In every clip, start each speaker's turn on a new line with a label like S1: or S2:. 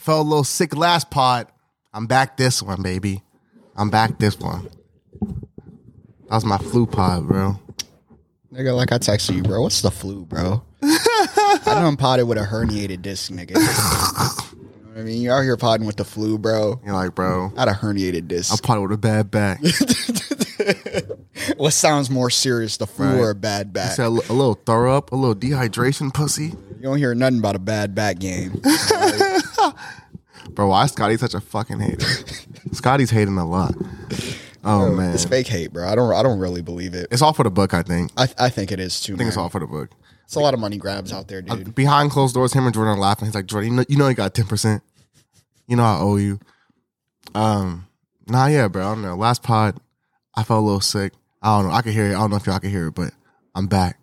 S1: felt a little sick last pod. I'm back this one, baby. I'm back this one. That was my flu pod, bro.
S2: Nigga, like I texted you, bro. What's the flu, bro? I done potted with a herniated disc, nigga. You know what I mean, you're out here potting with the flu, bro.
S1: You're like, bro,
S2: Not a herniated
S1: I'm
S2: disc.
S1: probably with a bad back. It's
S2: What sounds more serious, the flu
S1: Right.
S2: or a bad back?
S1: a, a little throw up, a little dehydration, pussy.
S2: You don't hear nothing about a bad back game.
S1: Bro, why is Scotty such a fucking hater? Scotty's hating a lot. Oh man,
S2: It's fake hate, bro. I don't. I don't really believe it.
S1: it's all for the book. I think. I
S2: I, I think it is too.
S1: think it's
S2: man.
S1: all for the book.
S2: It's a lot of money grabs out there, dude.
S1: Behind closed doors, him and Jordan are laughing. He's like, Jordan, you know, you know, you got ten percent. You know, I owe you. Um, nah, yeah, bro. I don't know. Last pod, I felt a little sick. I don't know. I could hear it. I don't know if y'all could hear it, but I'm back.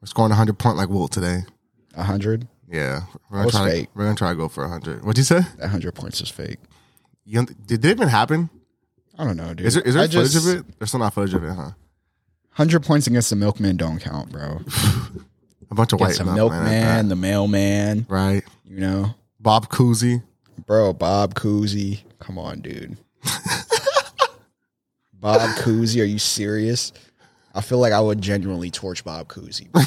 S1: We're scoring hundred point like Wilt today.
S2: A hundred.
S1: Yeah, we're gonna
S2: That was
S1: try. To,
S2: fake.
S1: we're gonna try to go for hundred. What'd you say?
S2: That hundred points is fake.
S1: You don't- did, did it even happen?
S2: I don't know, dude.
S1: Is there is there
S2: I
S1: footage
S2: just,
S1: of it? There's still not footage of it, huh?
S2: Hundred points against the milkman don't count, bro.
S1: A bunch of white
S2: Against the
S1: men,
S2: milkman, the mailman,
S1: right?
S2: you know,
S1: Bob Cousy.
S2: bro. Bob Cousy, come on, dude. Bob Cousy, are you serious? I feel like I would genuinely torch Bob Cousy. bro.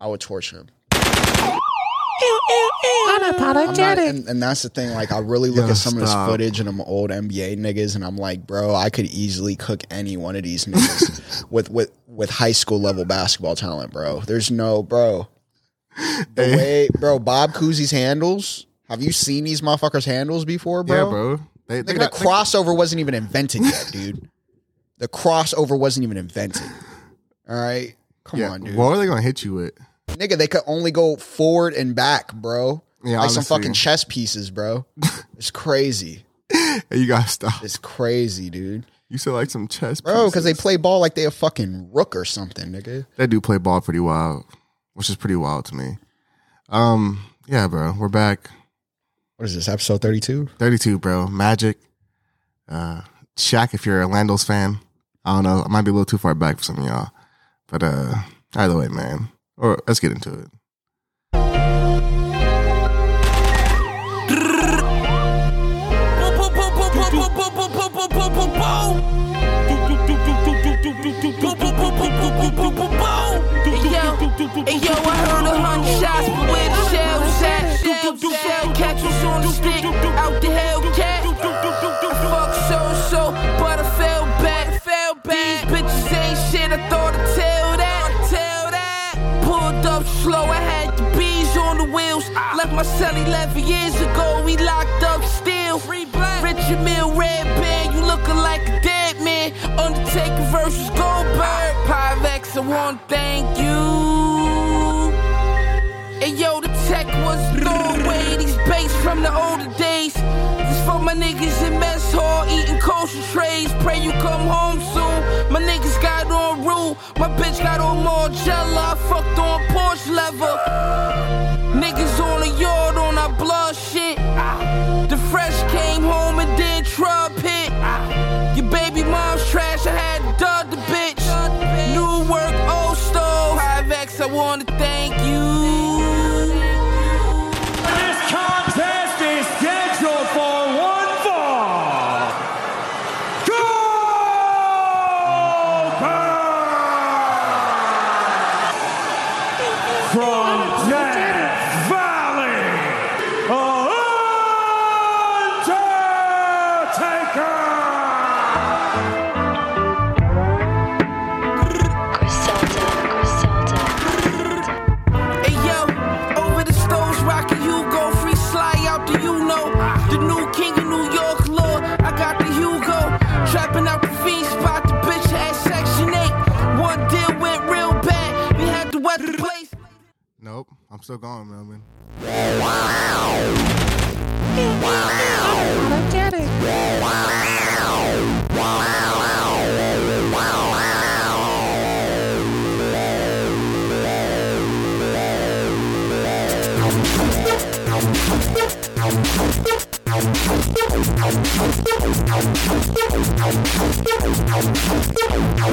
S2: I would torch him. I'm not- and, and that's the thing. Like, I really look
S1: Yo,
S2: at some of this
S1: stop.
S2: footage and I'm old NBA niggas, and I'm like, bro, I could easily cook any one of these niggas with with with high school level basketball talent, bro. There's no, bro. The
S1: Hey.
S2: way, bro, Bob Cousy's handles. Have you seen these motherfuckers' handles before, bro?
S1: Yeah, bro. They, they
S2: Nigga,
S1: got
S2: the
S1: they-
S2: crossover wasn't even invented yet, dude. the crossover wasn't even invented. All right, come
S1: yeah.
S2: on, dude.
S1: What are they gonna hit you with?
S2: Nigga, they could only go forward and back, bro.
S1: Yeah,
S2: like some
S1: honestly.
S2: fucking chess pieces, bro. It's crazy.
S1: Hey, you gotta stop.
S2: It's crazy, dude.
S1: You said like some chess,
S2: Bro, because they
S1: pieces.
S2: play ball like they a fucking rook or something, nigga.
S1: they do play ball pretty wild, which is pretty wild to me. Um, yeah, bro, we're back.
S2: What is this, episode 32?
S1: Thirty-two, bro. Magic, uh, Shaq. If you're a Landos fan, I don't know. I might be a little too far back for some of y'all, but uh, either way, man. Or let's get into it.
S3: And yo, I heard a hundred shots, but where the shells at? Shell, shell, catch us on the stick, out the Hellcat. Fuck so so, but I fell back, fell back. These bitches ain't shit, I thought I'd tell that, tell that. Pulled up slow, I had the bees on the wheels. Left my cell 11 years ago, we locked up still. Free black. Richard Mill, red band, you looking like a dead man. Undertaker versus Goldberg. Pyvex, I want thank you. And yo, the tech was thrown away. These baits from the older days. This for my niggas in mess hall eating kosher trays. Pray you come home soon. My niggas got on rule. My bitch got on more I fucked on Porsche leather. Niggas on the yard on our blood shit. The fresh came home and did Trump hit. Your baby mom's trash, I had to dub the bitch. New work, old stove. 5X, I wanna thank you.
S4: This contest is scheduled for one fall. Goldberg! From Death Valley, Undertaker!
S5: Griselda, Griselda.
S3: Hey yo, over the stones, rockin' Hugo, free sly out the you know. The new king of New York, Lord, I got the Hugo. Trapping out the fiend spot, the bitch at Section 8. One deal went real bad, we had to wet the place.
S1: Nope, I'm still going, man.
S5: Get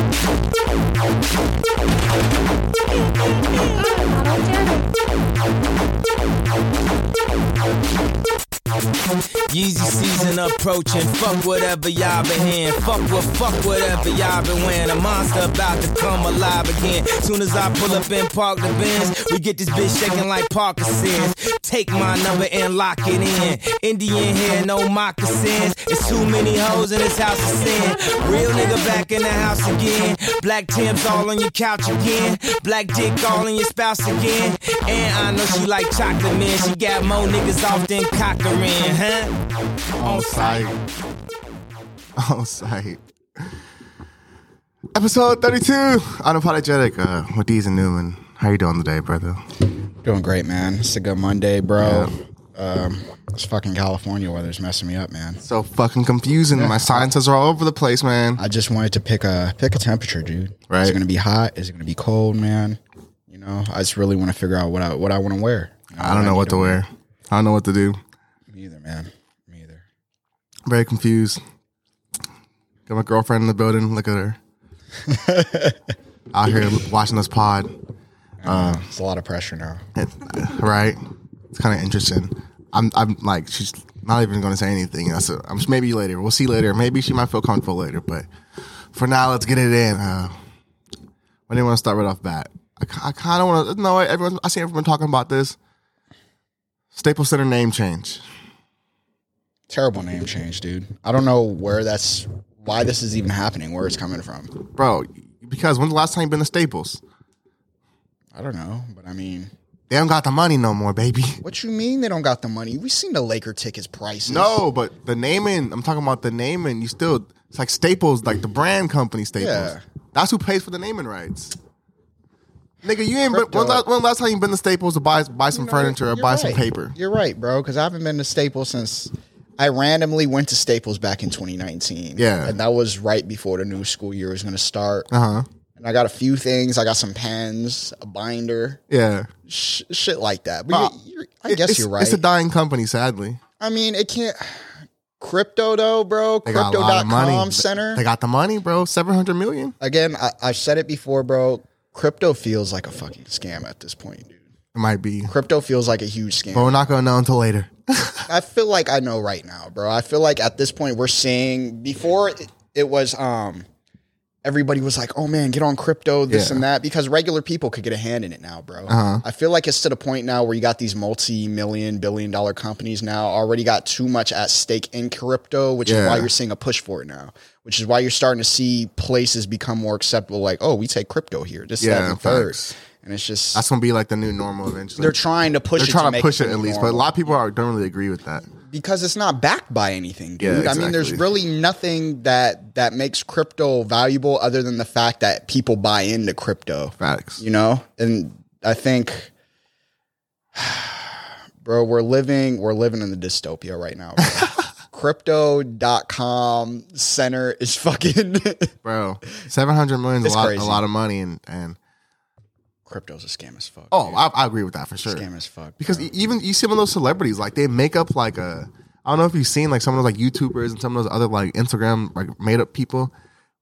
S6: Yeezy season approaching. Fuck whatever y'all been hearing. Fuck what, fuck whatever y'all been wearing. A monster about to come alive again. Soon as I pull up and park the Benz, we get this bitch shaking like Parkinson's. Take my number and lock it in. Indian hair, no moccasins. It's too many hoes in this house of sin. Real nigga back in the house again. Black Tim's all on your couch again. Black dick all in your spouse again. And I know she like chocolate man. She got more niggas off than Cochran, huh?
S1: On site. On site. Episode 32. Unapologetic. Uh, with Deez and Newman. How you doing today, brother?
S2: Doing great, man. It's a good Monday, bro. Um, this fucking California weather's messing me up, man.
S1: So fucking confusing. My sciences are all over the place, man.
S2: I just wanted to pick a pick a temperature, dude. Is
S1: Right.
S2: it gonna be hot? Is it gonna be cold, man? You know, I just really want to figure out what I what I want to wear.
S1: I don't know what to wear. I don't know what to do.
S2: Me either, man. Me either.
S1: Very confused. Got my girlfriend in the building. Look at her. Out here watching this pod.
S2: It's a lot of pressure now.
S1: It- right? It's kind of interesting. I'm, I'm like, she's not even going to say anything. That's it. I'm maybe later. We'll see later. Maybe she might feel comfortable later, but for now, let's get it in. Uh, I didn't want to start right off bat. I, ki- I kind of want to. No, everyone. I see everyone talking about this. Staples Center name change.
S2: Terrible name change, dude. I don't know where that's why this is even happening, where it's coming from.
S1: bro. Because when's the last time you been to Staples?
S2: I don't know, but I mean,
S1: They don't got the money no more, baby.
S2: what you mean they don't got the money? We seen the Laker tickets prices.
S1: No, but the naming. I'm talking about the naming. You still. It's like Staples, like the brand company Staples.
S2: Yeah.
S1: That's who pays for the naming rights. Nigga, you ain't. Been,
S2: Crypto.
S1: when, last, when last time you been to Staples to buy buy some
S2: You know,
S1: furniture or
S2: you're
S1: buy some
S2: right.
S1: paper?
S2: You're right, bro. Because I haven't been to Staples since I randomly went to Staples back in 2019.
S1: Yeah. Uh-huh.
S2: and that was right before the new school year was going to start. Uh huh. And I got a few things. I got some pens, a binder,
S1: Yeah,
S2: sh- shit like that. But
S1: Uh,
S2: you- you're, I
S1: It-
S2: guess
S1: it's-
S2: you're right.
S1: It's a dying company, sadly.
S2: I mean, it can't. Crypto though, bro.
S1: They got a lot of money.
S2: Crypto.com center.
S1: They got the money, bro. Seven hundred million.
S2: Again, I, I said it before, bro. Crypto feels like a fucking scam at this point, dude.
S1: It might be,
S2: Crypto feels like a huge scam.
S1: but we're not gonna know until later.
S2: I feel like I know right now, bro. I feel like at this point we're seeing before it, it was um everybody was like, "Oh man, get on crypto, this
S1: Yeah. Uh-huh.
S2: and that," because regular people could get a hand in it now, bro. I feel like it's to the point now where you got these multi-million, billion-dollar companies now already got too much at stake in crypto, which is
S1: Yeah.
S2: why you're seeing a push for it now. Which is why you're starting to see places become more acceptable, like, "Oh, we take crypto here." This, yeah,
S1: Yeah,
S2: and the third,
S1: facts.
S2: and it's just
S1: That's gonna be like the new normal eventually.
S2: they're trying to push.
S1: They're
S2: it
S1: trying to
S2: make
S1: push it
S2: the
S1: at
S2: new
S1: least, but a
S2: normal
S1: lot of people are, don't really agree with that.
S2: because it's not backed by anything, dude.
S1: Yeah,
S2: I mean, there's
S1: exactly.
S2: really nothing that that makes crypto valuable other than the fact that people buy into crypto,
S1: Facts.
S2: you know? And I think bro, we're living we're living in the dystopia right now. Bro. crypto.com center is fucking
S1: bro. Seven hundred million is
S2: It's
S1: a lot,
S2: crazy.
S1: a lot of money, and and
S2: crypto's a scam as fuck.
S1: oh, I, I agree with that for sure.
S2: dude. scam as fuck.
S1: Because
S2: bro.
S1: e- even you see some of those celebrities, like they make up like a. I don't know if you've seen like some of those like YouTubers and some of those other like Instagram like made up people,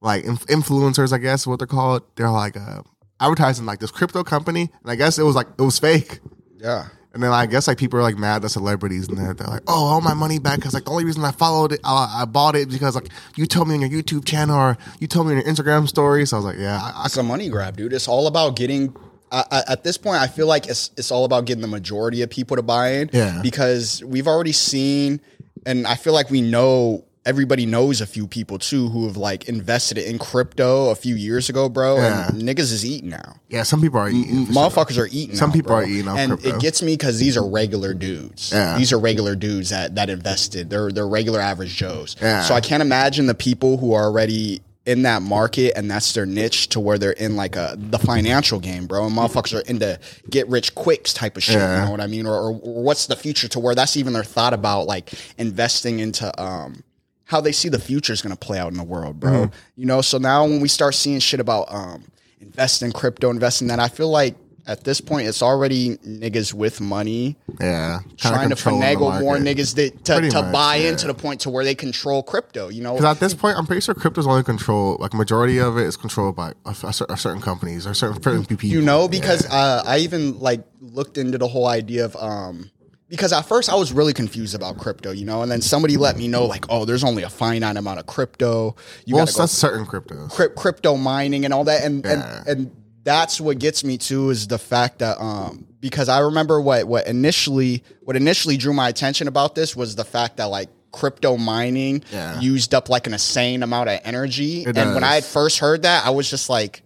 S1: like inf- influencers, I guess what they're called. They're like uh, advertising like this crypto company, and I guess it was like it was fake.
S2: yeah.
S1: And then I guess like people are like mad that celebrities and they're, they're like, oh, all my money back because like the only reason I followed it, I, I bought it because like you told me on your YouTube channel or you told me on your Instagram story. So I was like, yeah, I, I
S2: It's a money grab, dude. It's all about getting. I, I, at this point, I feel like it's it's all about getting the majority of people to buy in.
S1: Yeah.
S2: Because we've already seen, and I feel like we know everybody knows a few people too who have like invested in crypto a few years ago, bro. And niggas is eating now.
S1: yeah. Some people are eating. for sure.
S2: Motherfuckers are eating.
S1: Some
S2: now,
S1: people
S2: bro.
S1: are eating off
S2: and
S1: crypto.
S2: it gets me because these are regular dudes.
S1: Yeah.
S2: These are regular dudes that that invested. They're they're regular average Joes.
S1: Yeah.
S2: So I can't imagine the people who are already in that market and that's their niche to where they're in like a the financial game, bro. And motherfuckers are into get rich quicks type of shit. You
S1: Yeah.
S2: know what I mean? Or, or what's the future to where that's even their thought about like investing into um how they see the future is going to play out in the world, bro.
S1: Hmm.
S2: You know, so now when we start seeing shit about um, invest in crypto, invest in that, I feel like at this point it's already niggas with money
S1: Yeah, kinda
S2: trying to
S1: controlling the
S2: finagle more
S1: market.
S2: niggas that, to,
S1: Pretty
S2: to
S1: much,
S2: buy
S1: yeah.
S2: into the point to where they control crypto. You know,
S1: Because at this point, I'm pretty sure crypto's only controlled, like majority of it is controlled by a, a cer- a certain companies or certain certain people.
S2: you know because uh, I even like looked into the whole idea of um, because at first I was really confused about crypto, you know, and then somebody let me know like, oh, there's only a finite amount of crypto. You
S1: well,
S2: gotta
S1: that's
S2: go
S1: certain cryptos.
S2: crypt, crypto mining and all that and,
S1: Yeah.
S2: and and that's what gets me too is the fact that um because I remember what what initially what initially drew my attention about this was the fact that like crypto mining
S1: Yeah.
S2: used up like an insane amount of energy
S1: It
S2: and when I had
S1: does.
S2: first heard that I was just like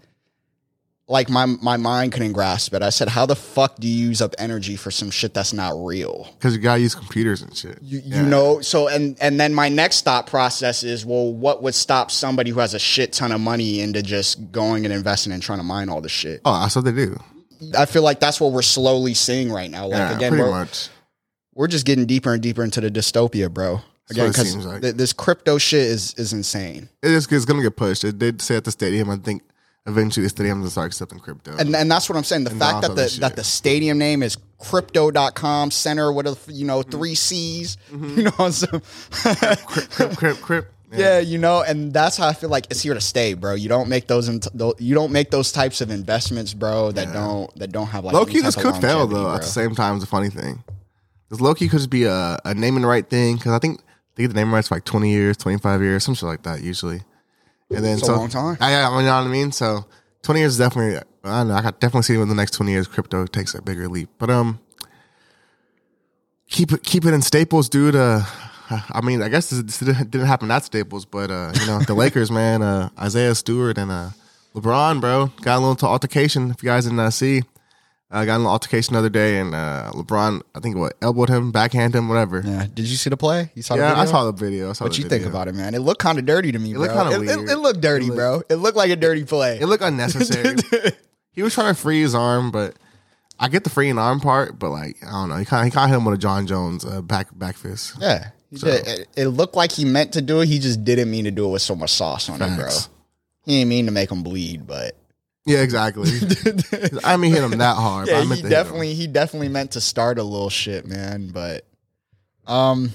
S2: like my my mind couldn't grasp it. I said how the fuck do you use up energy for some shit that's not real?
S1: Because you gotta use computers and shit.
S2: You, you know, so and and then my next thought process is, well, what would stop somebody who has a shit ton of money into just going and investing and trying to mine all the shit?
S1: Oh, that's what they do.
S2: I feel like that's what we're slowly seeing right now. Like
S1: Yeah,
S2: again,
S1: pretty
S2: we're,
S1: much.
S2: we're just getting deeper and deeper into the dystopia, bro.
S1: what
S2: Again,
S1: it
S2: because
S1: seems like.
S2: th- this crypto shit is is insane,
S1: It is, it's gonna get pushed. It did say at the stadium. I think eventually the stadium's gonna start accepting crypto.
S2: and and that's what I'm saying. The fact
S1: all
S2: that
S1: that
S2: the
S1: shit.
S2: that the stadium name is crypto.com center what if you know three
S1: Mm-hmm.
S2: c's you know so
S1: crip, crip, crip.
S2: Yeah, you know, and that's how I feel like it's here to stay, bro. You don't make those, in tho- you don't make those types of investments, bro. That don't that don't have like
S1: low
S2: any
S1: key, this
S2: type of
S1: could fail
S2: longevity,
S1: though.
S2: bro.
S1: At the same time, it's a funny thing. This low key could just be a, a naming right thing because I think they get the name rights for like twenty years, twenty five years, some shit like that usually. And then
S2: It's a
S1: so
S2: long time.
S1: I, I, you know what I mean. So twenty years is definitely. I don't know. I could definitely see in the next twenty years, crypto takes a bigger leap. But um, keep it keep it in Staples, dude. Uh, I mean, I guess this, this didn't didn't happen at Staples, but uh, you know, the Lakers, man, uh, Isaiah Stewart and uh, LeBron, bro, got a little altercation. If you guys didn't uh, see, uh, got in an altercation the other day, and uh, LeBron, I think what elbowed him, backhand him, whatever. Yeah,
S2: yeah. Did you see the play? You saw? the
S1: I
S2: video?
S1: saw the video. I saw
S2: What
S1: the
S2: you think
S1: video.
S2: about it, man? It looked kind of dirty to me. It
S1: looked
S2: bro.
S1: kinda
S2: It- it-
S1: weird.
S2: It, looked dirty,
S1: It
S2: bro. It looked like a dirty play.
S1: It looked unnecessary. he was trying to free his arm, but I get the freeing arm part, but like I don't know, he kind of he kind of hit him with a John Jones uh, back back fist.
S2: yeah, He did. it, it looked like he meant to do it. He just didn't mean to do it with so much sauce on him, bro.
S1: Facts.
S2: He didn't mean to make him bleed, but
S1: Yeah, exactly. I mean, hit him that hard. but
S2: yeah,
S1: I meant to
S2: he
S1: hit him.
S2: definitely he definitely meant to start a little shit, man. But um,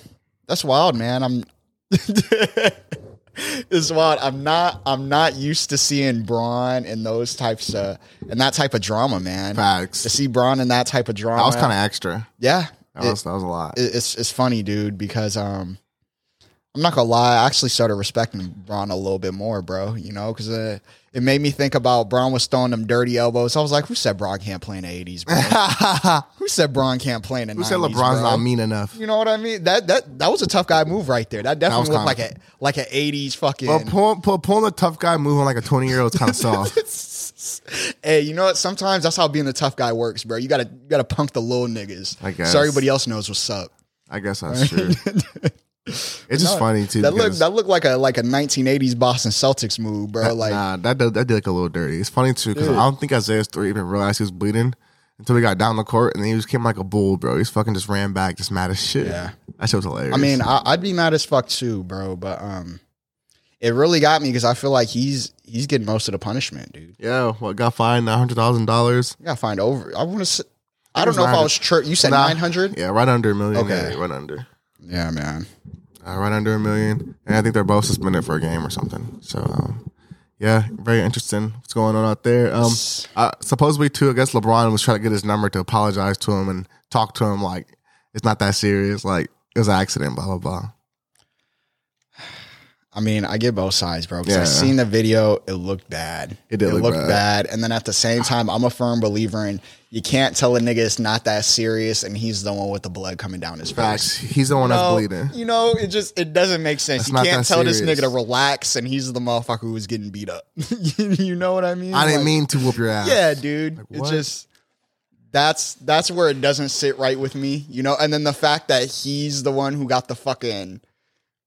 S2: that's wild, man. I'm it's wild. I'm not I'm not used to seeing Braun and those types of and that type of drama, man.
S1: Facts.
S2: To see Braun and that type of drama,
S1: That was kind of extra.
S2: yeah.
S1: That
S2: it-
S1: was that was a lot.
S2: it- it's it's funny, dude, because um. I'm not gonna lie. I actually started respecting Braun a little bit more, bro. You know, because uh, it made me think about Braun was throwing them dirty elbows. I was like, "Who said Braun can't play in the '80s, bro? Who said Braun can't play in the
S1: Who said
S2: 90s,
S1: LeBron's
S2: bro?
S1: not mean enough?
S2: You know what I mean? That that that was a tough guy move right there. That definitely
S1: was
S2: looked like a
S1: kinda-
S2: like an '80s fucking.
S1: But pulling pull, pulling a tough guy moving like a twenty year old kind of soft.
S2: hey, you know what? Sometimes that's how being the tough guy works, bro. You gotta you gotta punk the little niggas,
S1: I guess.
S2: so everybody else knows what's up.
S1: I guess that's true. It's just
S2: No,
S1: funny too.
S2: That looked
S1: because-
S2: that looked like a like a 1980s Boston Celtics move, bro. like
S1: nah, that did, that did like a little dirty. It's funny too because I don't think Isaiah Stewart even realized he was bleeding until he got down the court and then he just came like a bull, bro. He's fucking just ran back, just mad as shit.
S2: Yeah.
S1: that shit was hilarious.
S2: I mean, I, I'd be mad as fuck too, bro. But um, it really got me because I feel like he's he's getting most of the punishment, dude.
S1: yeah, what got fined nine hundred thousand dollars?
S2: You gotta find over. I want to.
S1: it
S2: I don't
S1: was
S2: know if I
S1: 900.
S2: was. Tri- you said
S1: Nah.
S2: nine hundred.
S1: Yeah, right under a million.
S2: Okay.
S1: Yeah, right under.
S2: Yeah, man.
S1: uh, right under a million, and I think they're both suspended for a game or something. So, um, yeah, very interesting. What's going on out there? Um, uh, supposedly, too, I guess LeBron was trying to get his number to apologize to him and talk to him like it's not that serious, like it was an accident, blah blah blah.
S2: I mean, I get both sides, bro. Because I
S1: Yeah.
S2: seen the video, it looked bad.
S1: It did look
S2: looked
S1: bad.
S2: bad. And then at the same time, I'm a firm believer in you can't tell a nigga it's not that serious, and he's the one with the blood coming down his face.
S1: Facts. He's the one
S2: No,
S1: that's bleeding.
S2: You know, it just it doesn't make sense.
S1: That's
S2: you
S1: not
S2: can't
S1: that
S2: tell this
S1: serious.
S2: nigga to relax, and he's the motherfucker who was getting beat up. you you know what I mean?
S1: I didn't
S2: Like,
S1: mean to whoop your ass.
S2: Yeah, dude. it
S1: what?
S2: just that's that's where it doesn't sit right with me, you know. And then the fact that he's the one who got the fucking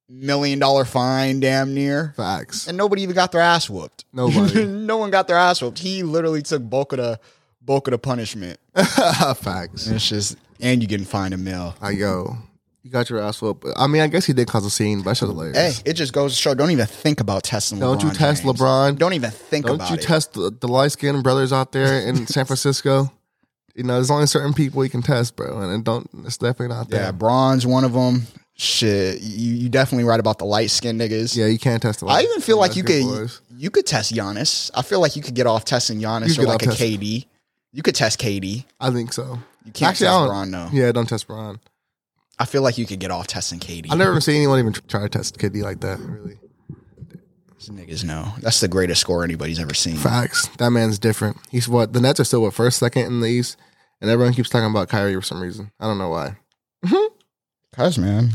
S2: million dollar fine, damn near,
S1: Facts.
S2: and nobody even got their ass whooped.
S1: Nobody.
S2: no one got their ass whooped. He literally took bulk of the bulk of the punishment.
S1: Facts.
S2: And it's just and you getting fined a mill.
S1: Like yo, you got your ass whooped. I mean, I guess he did cause a scene, but that's hilarious.
S2: Hey, it just goes to show. Don't even think about testing.
S1: Don't you
S2: LeBron
S1: test
S2: James.
S1: LeBron.
S2: Don't even think
S1: Don't
S2: about
S1: you
S2: it.
S1: test the, the light skinned brothers out there in San Francisco? You know, there's only certain people you can test, bro, and it don't. It's definitely not
S2: yeah,
S1: there.
S2: Bronze, one of them. Shit, you you definitely right about the light skinned niggas.
S1: Yeah, you can't test the.
S2: I even feel like you
S1: light-skinned
S2: could
S1: boys.
S2: you could test Giannis. I feel like you could get off testing Giannis
S1: You
S2: or
S1: could
S2: like a
S1: out-test-
S2: KD. You could test KD.
S1: I think so.
S2: You can't
S1: Actually,
S2: test
S1: I don't-
S2: Bron, no.
S1: Yeah, don't test Bron.
S2: I feel like you could get off testing KD.
S1: I never seen anyone even try to test KD like that. Really,
S2: These niggas know. That's the greatest score anybody's ever seen.
S1: facts. That man's different. He's what the Nets are still what first, second in the East, and everyone keeps talking about Kyrie for some reason. I don't know why.
S2: Cuz, man,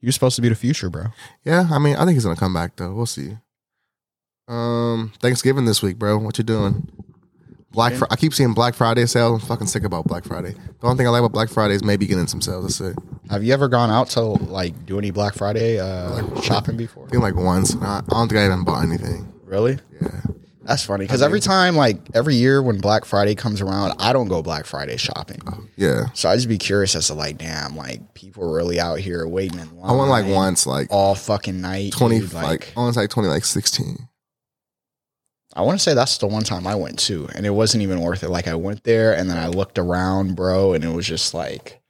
S2: you're supposed to be the future, bro.
S1: Yeah, I mean, I think he's gonna come back though. We'll see. Um, Thanksgiving this week, bro. What you doing? Black. Fri I keep seeing Black Friday sales. I'm fucking sick about Black Friday. The only thing I like about Black Friday is maybe getting some sales. That's it.
S2: Have you ever gone out to like do any Black Friday uh, shopping before?
S1: I think like once. I I don't think I even bought anything.
S2: Really?
S1: Yeah.
S2: That's funny because every time, like every year when Black Friday comes around, I don't go Black Friday shopping.
S1: Yeah.
S2: So I just be curious as to like, damn, like people are really out here waiting in line.
S1: I went like once, like
S2: all fucking night.
S1: twenty,
S2: dude,
S1: like, oh. I was like twenty, like sixteen.
S2: I want to say that's the one time I went to, and it wasn't even worth it. Like I went there and then I looked around, bro, and it was just like,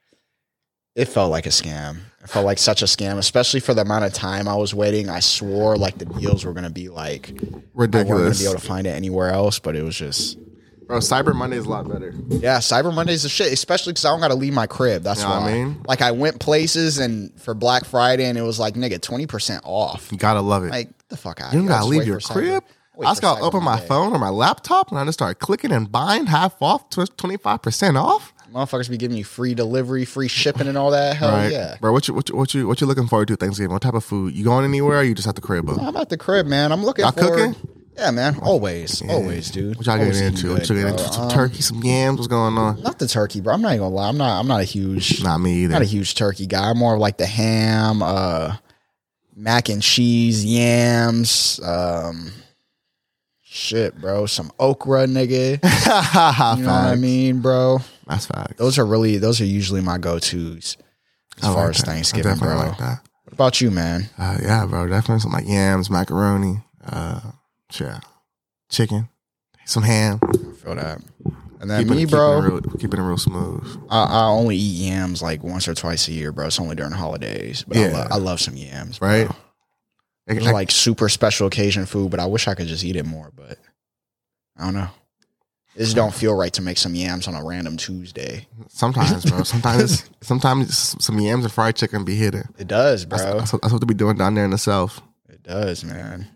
S2: it felt like a scam. It felt like such a scam, especially for the amount of time I was waiting. I swore like the deals were gonna be like I weren't gonna
S1: Ridiculous,
S2: be able to find it anywhere else, but it was just
S1: bro. Cyber Monday is a lot better.
S2: yeah. Cyber Monday's the shit, especially because I don't gotta leave my crib. That's
S1: Yeah, I
S2: why.
S1: mean.
S2: like I went places and for Black Friday, and it was like nigga twenty percent off.
S1: You gotta love it.
S2: Like get the fuck out.
S1: you don't
S2: here.
S1: gotta
S2: Let's
S1: leave
S2: wait
S1: your
S2: for Cyber-
S1: crib.
S2: wait
S1: I just
S2: for
S1: gotta
S2: Cyber
S1: open my
S2: Monday.
S1: phone or my laptop and I just start clicking and buying half off, twenty five percent off.
S2: Motherfuckers be giving you free delivery, free shipping, and all that. Hell
S1: right,
S2: Oh, yeah.
S1: bro. What you what you what you what you looking forward to Thanksgiving? What type of food? You going anywhere? or You just at the crib? Bro?
S2: I'm at the crib, man. I'm looking
S1: Y'all
S2: forward.
S1: cooking? Oh,
S2: Yeah, man. Always, always, dude.
S1: What y'all
S2: Always
S1: getting
S2: eating
S1: into? what
S2: good,
S1: you getting
S2: bro.
S1: into? Some
S2: Um,
S1: turkey, some yams. What's going on?
S2: Not the turkey, bro. I'm not even gonna lie. I'm not. I'm not a huge.
S1: Not me either.
S2: Not a huge turkey guy. I'm more of like the ham, uh, mac and cheese, yams, um, shit, bro. Some okra, nigga. You know what I
S1: Facts.
S2: mean, bro?
S1: That's facts.
S2: Those are really. Those are usually my go tos as
S1: I like
S2: far as
S1: that. I
S2: Thanksgiving,
S1: definitely
S2: bro.
S1: like that.
S2: What about you, man?
S1: Uh, yeah, bro, definitely some like yams, macaroni, uh, yeah, chicken, some ham.
S2: I feel that. And then
S1: Keeping-
S2: me,
S1: keeping
S2: bro.
S1: it real, keeping it real smooth.
S2: I, I only eat yams like once or twice a year, bro. It's only during holidays, but I,
S1: Yeah.
S2: lo- I love some yams, bro.
S1: Right? Like,
S2: It's
S1: like,
S2: like super special occasion food, but I wish I could just eat it more. But I don't know. It just don't feel right to make some yams on a random Tuesday.
S1: sometimes, bro. Sometimes, sometimes some yams and fried chicken be hitting.
S2: It does, bro.
S1: That's, that's, what- that's what they be doing down there in the south.
S2: it does, man.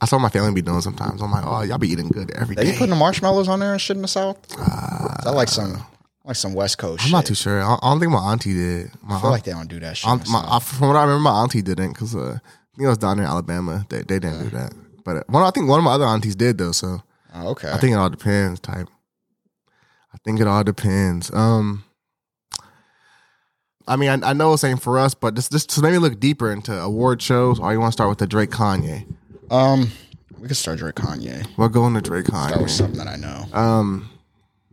S1: That's what my family be doing sometimes. I'm like, oh, y'all be eating good every
S2: They be
S1: day.
S2: putting the marshmallows on there and shit in the south. I like some, like some West Coast.
S1: Uh, I'm not too
S2: shit.
S1: sure. I don't, I don't think my auntie did. My
S2: I feel
S1: aunt-
S2: like they don't do that shit. in
S1: aunt,
S2: the
S1: my,
S2: South.
S1: I, from what I remember, my auntie didn't because uh, I think it was down there in Alabama. They they didn't do that. But uh, one, I think one of my other aunties did though. So
S2: Oh, okay.
S1: I think it all depends, type. I think it all depends. Um, I mean, I, I know it's ain't for us, but just just to maybe look deeper into award shows, or you want to start with the Drake Kanye?
S2: um, we could start with Kanye.
S1: We're going to Drake
S2: That was
S1: Kanye.
S2: something that I know.
S1: Um,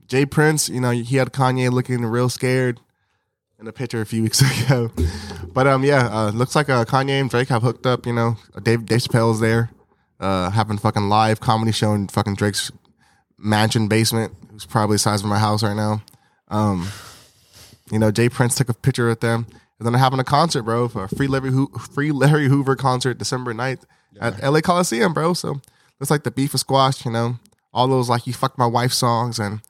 S1: Jay Prince, you know, he had Kanye looking real scared in a picture a few weeks ago, but um, yeah, uh, looks like uh, Kanye and Drake have hooked up. You know, Uh, Dave Dave Chappelle's there, uh, having fucking live comedy show in fucking Drake's mansion basement, who's probably the size of my house right now. Um, you know, Jay Prince took a picture with them. And then they're having a concert, bro, for a free Larry, Ho- free Larry Hoover concert December 9th at LA Coliseum, bro. So it's like the beef is squashed, you know, all those like you fucked my wife songs. And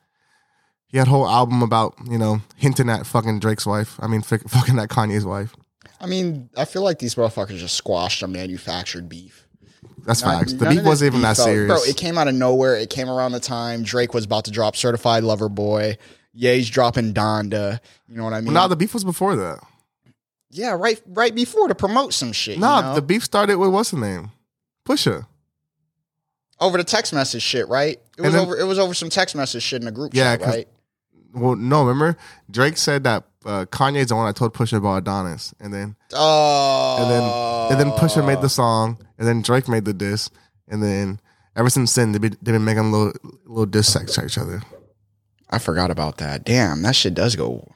S1: he had a whole album about, you know, hinting at fucking Drake's wife. I mean, fuck- fucking that Kanye's wife.
S2: I mean, I feel like these motherfuckers just squashed a manufactured beef.
S1: That's
S2: Not-
S1: facts. The
S2: none
S1: beef
S2: of this
S1: wasn't even that
S2: felt-
S1: serious.
S2: Bro, it came out of nowhere. It came around the time Drake was about to drop Certified Lover Boy. Ye's dropping Donda. You know what I mean?
S1: no, the beef was before that.
S2: yeah, right right before to promote some shit.
S1: No,
S2: you know?
S1: the beef started with what's the name? Pusha.
S2: over the text message shit, right? It was
S1: then-
S2: over it was over some text message shit in the group
S1: Yeah,
S2: chat,
S1: 'cause-
S2: right?
S1: Well, no, remember Drake said that uh, Kanye's the one that told Pusha about Adonis, and then
S2: Oh.
S1: and then and then Pusha made the song, and then Drake made the diss, and then ever since then they've been, they've been making little little diss tracks to each other.
S2: I forgot about that. Damn, that shit does go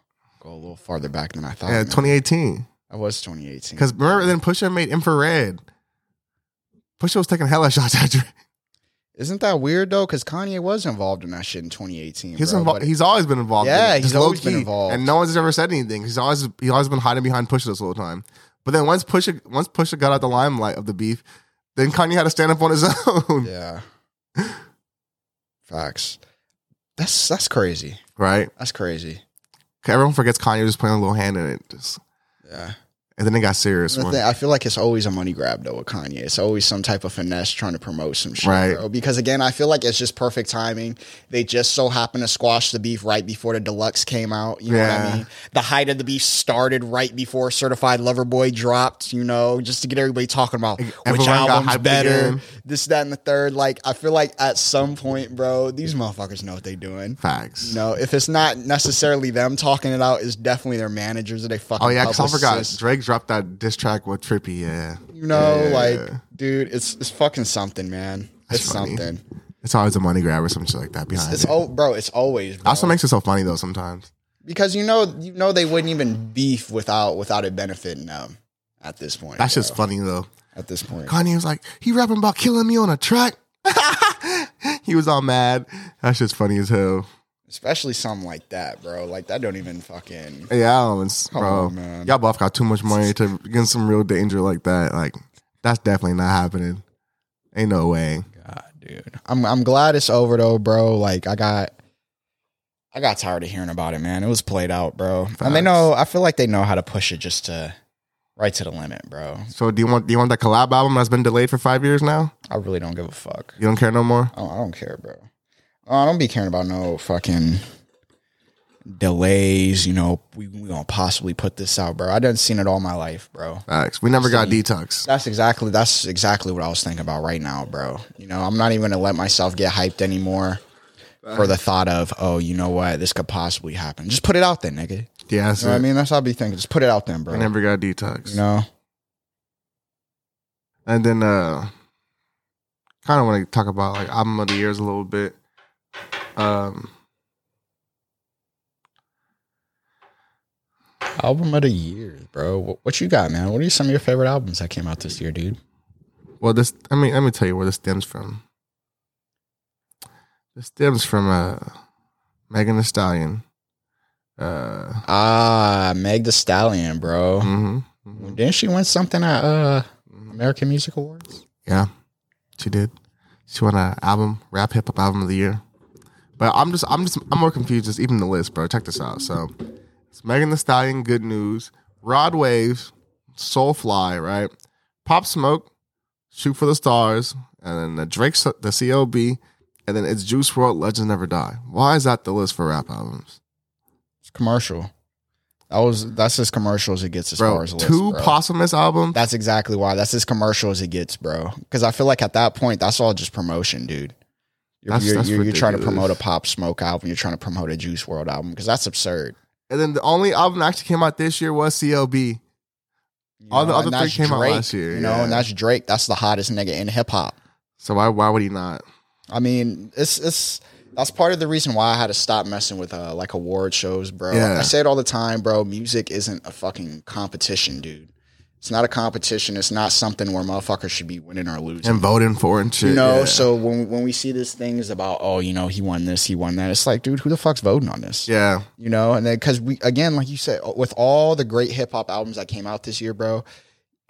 S2: go a little farther back than I thought.
S1: yeah,
S2: man.
S1: 2018.
S2: that was 2018.
S1: Because remember then Pusha made Infrared. Pusha was taking hella shots at Drake.
S2: Isn't that weird though? Because Kanye was involved in that shit in 2018.
S1: He's
S2: bro,
S1: involved.
S2: but-
S1: He's always been involved. in
S2: Yeah,
S1: it,
S2: he's
S1: just
S2: always been
S1: low-key.
S2: involved.
S1: and no one's ever said anything. He's always he's always been hiding behind Pusha this whole time. But then once Pusha once Pusha got out the limelight of the beef, then Kanye had to stand up on his own.
S2: Yeah. Facts. That's that's crazy.
S1: right?
S2: That's crazy.
S1: 'Cause Everyone forgets Kanye was just playing a little hand in it. Just,
S2: Yeah.
S1: and then it got serious.
S2: The
S1: when-
S2: thing- I feel like it's always a money grab though with Kanye. It's always some type of finesse trying to promote some shit,
S1: Right.
S2: bro. Because again, I feel like it's just perfect timing. They just so happened to squash the beef right before the deluxe came out. You know what
S1: Yeah.
S2: I mean? The height of the beef started right before Certified Lover Boy dropped. You know, just to get everybody talking about which
S1: everyone got
S2: album's
S1: hyped
S2: better,
S1: again.
S2: this, that, and the third. Like, I feel like at some point, bro, these motherfuckers know what they're doing.
S1: Facts.
S2: You know, if it's not necessarily them talking it out, it's definitely their managers or they fucking.
S1: Oh yeah, because I forgot
S2: publicists.
S1: Drake dropped that diss track with Trippy. Yeah,
S2: You know,
S1: Yeah.
S2: like, dude, it's it's fucking something, man.
S1: That's
S2: it's
S1: funny.
S2: something.
S1: it's always a money grab or some shit like that behind
S2: It's
S1: it.
S2: oh, bro, it's always bro.
S1: also makes it so funny though sometimes.
S2: because you know you know they wouldn't even beef without without it benefiting them at this point.
S1: That's
S2: bro.
S1: just funny though.
S2: at this point.
S1: Kanye was like, he rapping about killing me on a track. he was all mad. That's just funny as hell.
S2: Especially something like that, bro. Like that don't even fucking
S1: Yeah, I don't, it's- bro.
S2: on, man.
S1: Y'all both got too much money to get in some real danger like that. Like that's definitely not happening. Ain't no way.
S2: God, dude. I'm I'm glad it's over though, bro. Like I got I got tired of hearing about it, man. It was played out, bro. And they
S1: Facts.
S2: know I feel like they know how to push it just to right to the limit, bro.
S1: So do you want do you want that collab album that's been delayed for five years now?
S2: I really don't give a fuck.
S1: You don't care no more.
S2: Oh, I don't care, bro. Oh, I don't be caring about no fucking delays. You know, we we gonna possibly put this out, bro. I done seen it all my life, bro.
S1: Facts. We never got detox.
S2: That's exactly that's exactly what I was thinking about right now, bro. You know, I'm not even gonna let myself get hyped anymore for the thought of, oh, you know what, this could possibly happen. Just put it out there, nigga. You
S1: Yeah, that's
S2: know what I
S1: it.
S2: mean? That's how I be thinking. Just put it out there, bro.
S1: I never got detox.
S2: you know,
S1: And then uh kind of want to talk about like album of the years a little bit. Um
S2: album of the year, bro. What, what you got, man? What are some of your favorite albums that came out this year, dude?
S1: well this I mean let me tell you where this stems from. This stems from uh Megan Thee Stallion. Uh
S2: Ah, Meg the Stallion, bro.
S1: hmm hmm
S2: Didn't she win something at uh,
S1: Mm-hmm.
S2: American Music Awards?
S1: Yeah. She did. She won an album, rap hip hop album of the year. But I'm just I'm just I'm more confused just even the list, bro. Check this out. So it's Megan the Stallion, good news, Rod Waves, Soulfly, right? Pop Smoke, Shoot for the Stars, and then the Drake the CLB, and then it's Juice World, Legends Never Die. Why is that the list for rap albums?
S2: It's commercial. That was that's as commercial as it gets as far
S1: Bro,
S2: as a
S1: two
S2: list, bro.
S1: posthumous albums.
S2: That's exactly why. That's as commercial as it gets, bro. Because I feel like at that point, that's all just promotion, dude. You're,
S1: That's-
S2: you're,
S1: that's
S2: you're, you're trying to
S1: ridiculous.
S2: promote a Pop Smoke album. You're trying to promote a Juice World album because that's absurd.
S1: And then the only album that actually came out this year was CLB.
S2: You
S1: All the other
S2: and that's
S1: three came out
S2: Drake,
S1: last year,
S2: You know,
S1: yeah.
S2: and that's Drake. That's the hottest nigga in hip hop.
S1: So why why would he not?
S2: I mean, it's it's that's part of the reason why I had to stop messing with uh, like award shows, bro.
S1: Yeah.
S2: I say it all the time, bro. Music isn't a fucking competition, dude. It's not a competition. It's not something where motherfuckers should be winning or losing.
S1: And voting for it and shit.
S2: you know,
S1: yeah.
S2: so when when we see these things about oh, you know, he won this, he won that, it's like, dude, who the fuck's voting on this?
S1: Yeah.
S2: you know, and then because we again, like you said, with all the great hip hop albums that came out this year, bro,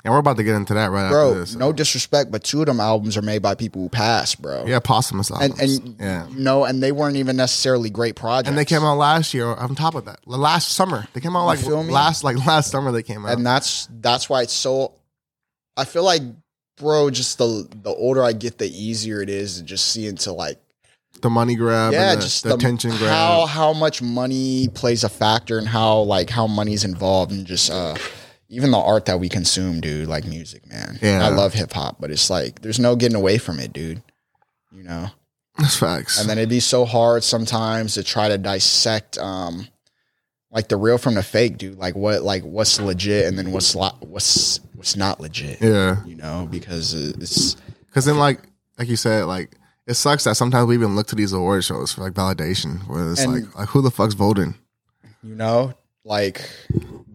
S1: And we're about to get into that right
S2: bro,
S1: after this. uh,
S2: no disrespect, but two of them albums are made by people who passed, bro.
S1: yeah, posthumous
S2: and
S1: albums.
S2: and
S1: yeah.
S2: you know, and they weren't even necessarily great projects.
S1: And they came out last year on top of that. L- Last summer. They came out like
S2: feel me?
S1: last like last summer they came out.
S2: and that's that's why it's so. I feel like, bro, just the the older I get, the easier it is to just see into like
S1: the money grab
S2: yeah,
S1: and the,
S2: just
S1: the attention grab.
S2: How how much money plays a factor and how like how money's involved and just uh even the art that we consume, dude, like music, man.
S1: Yeah.
S2: I love hip hop, but it's like there's no getting away from it, dude. You know?
S1: That's facts.
S2: And then it'd be so hard sometimes to try to dissect um like the real from the fake, dude. Like what like what's legit and then what's lo- what's what's not legit.
S1: yeah.
S2: You know, because it's
S1: Cause then like like you said, like it sucks that sometimes we even look to these award shows for like validation where it's
S2: And-
S1: like like who the fuck's voting?
S2: you know, like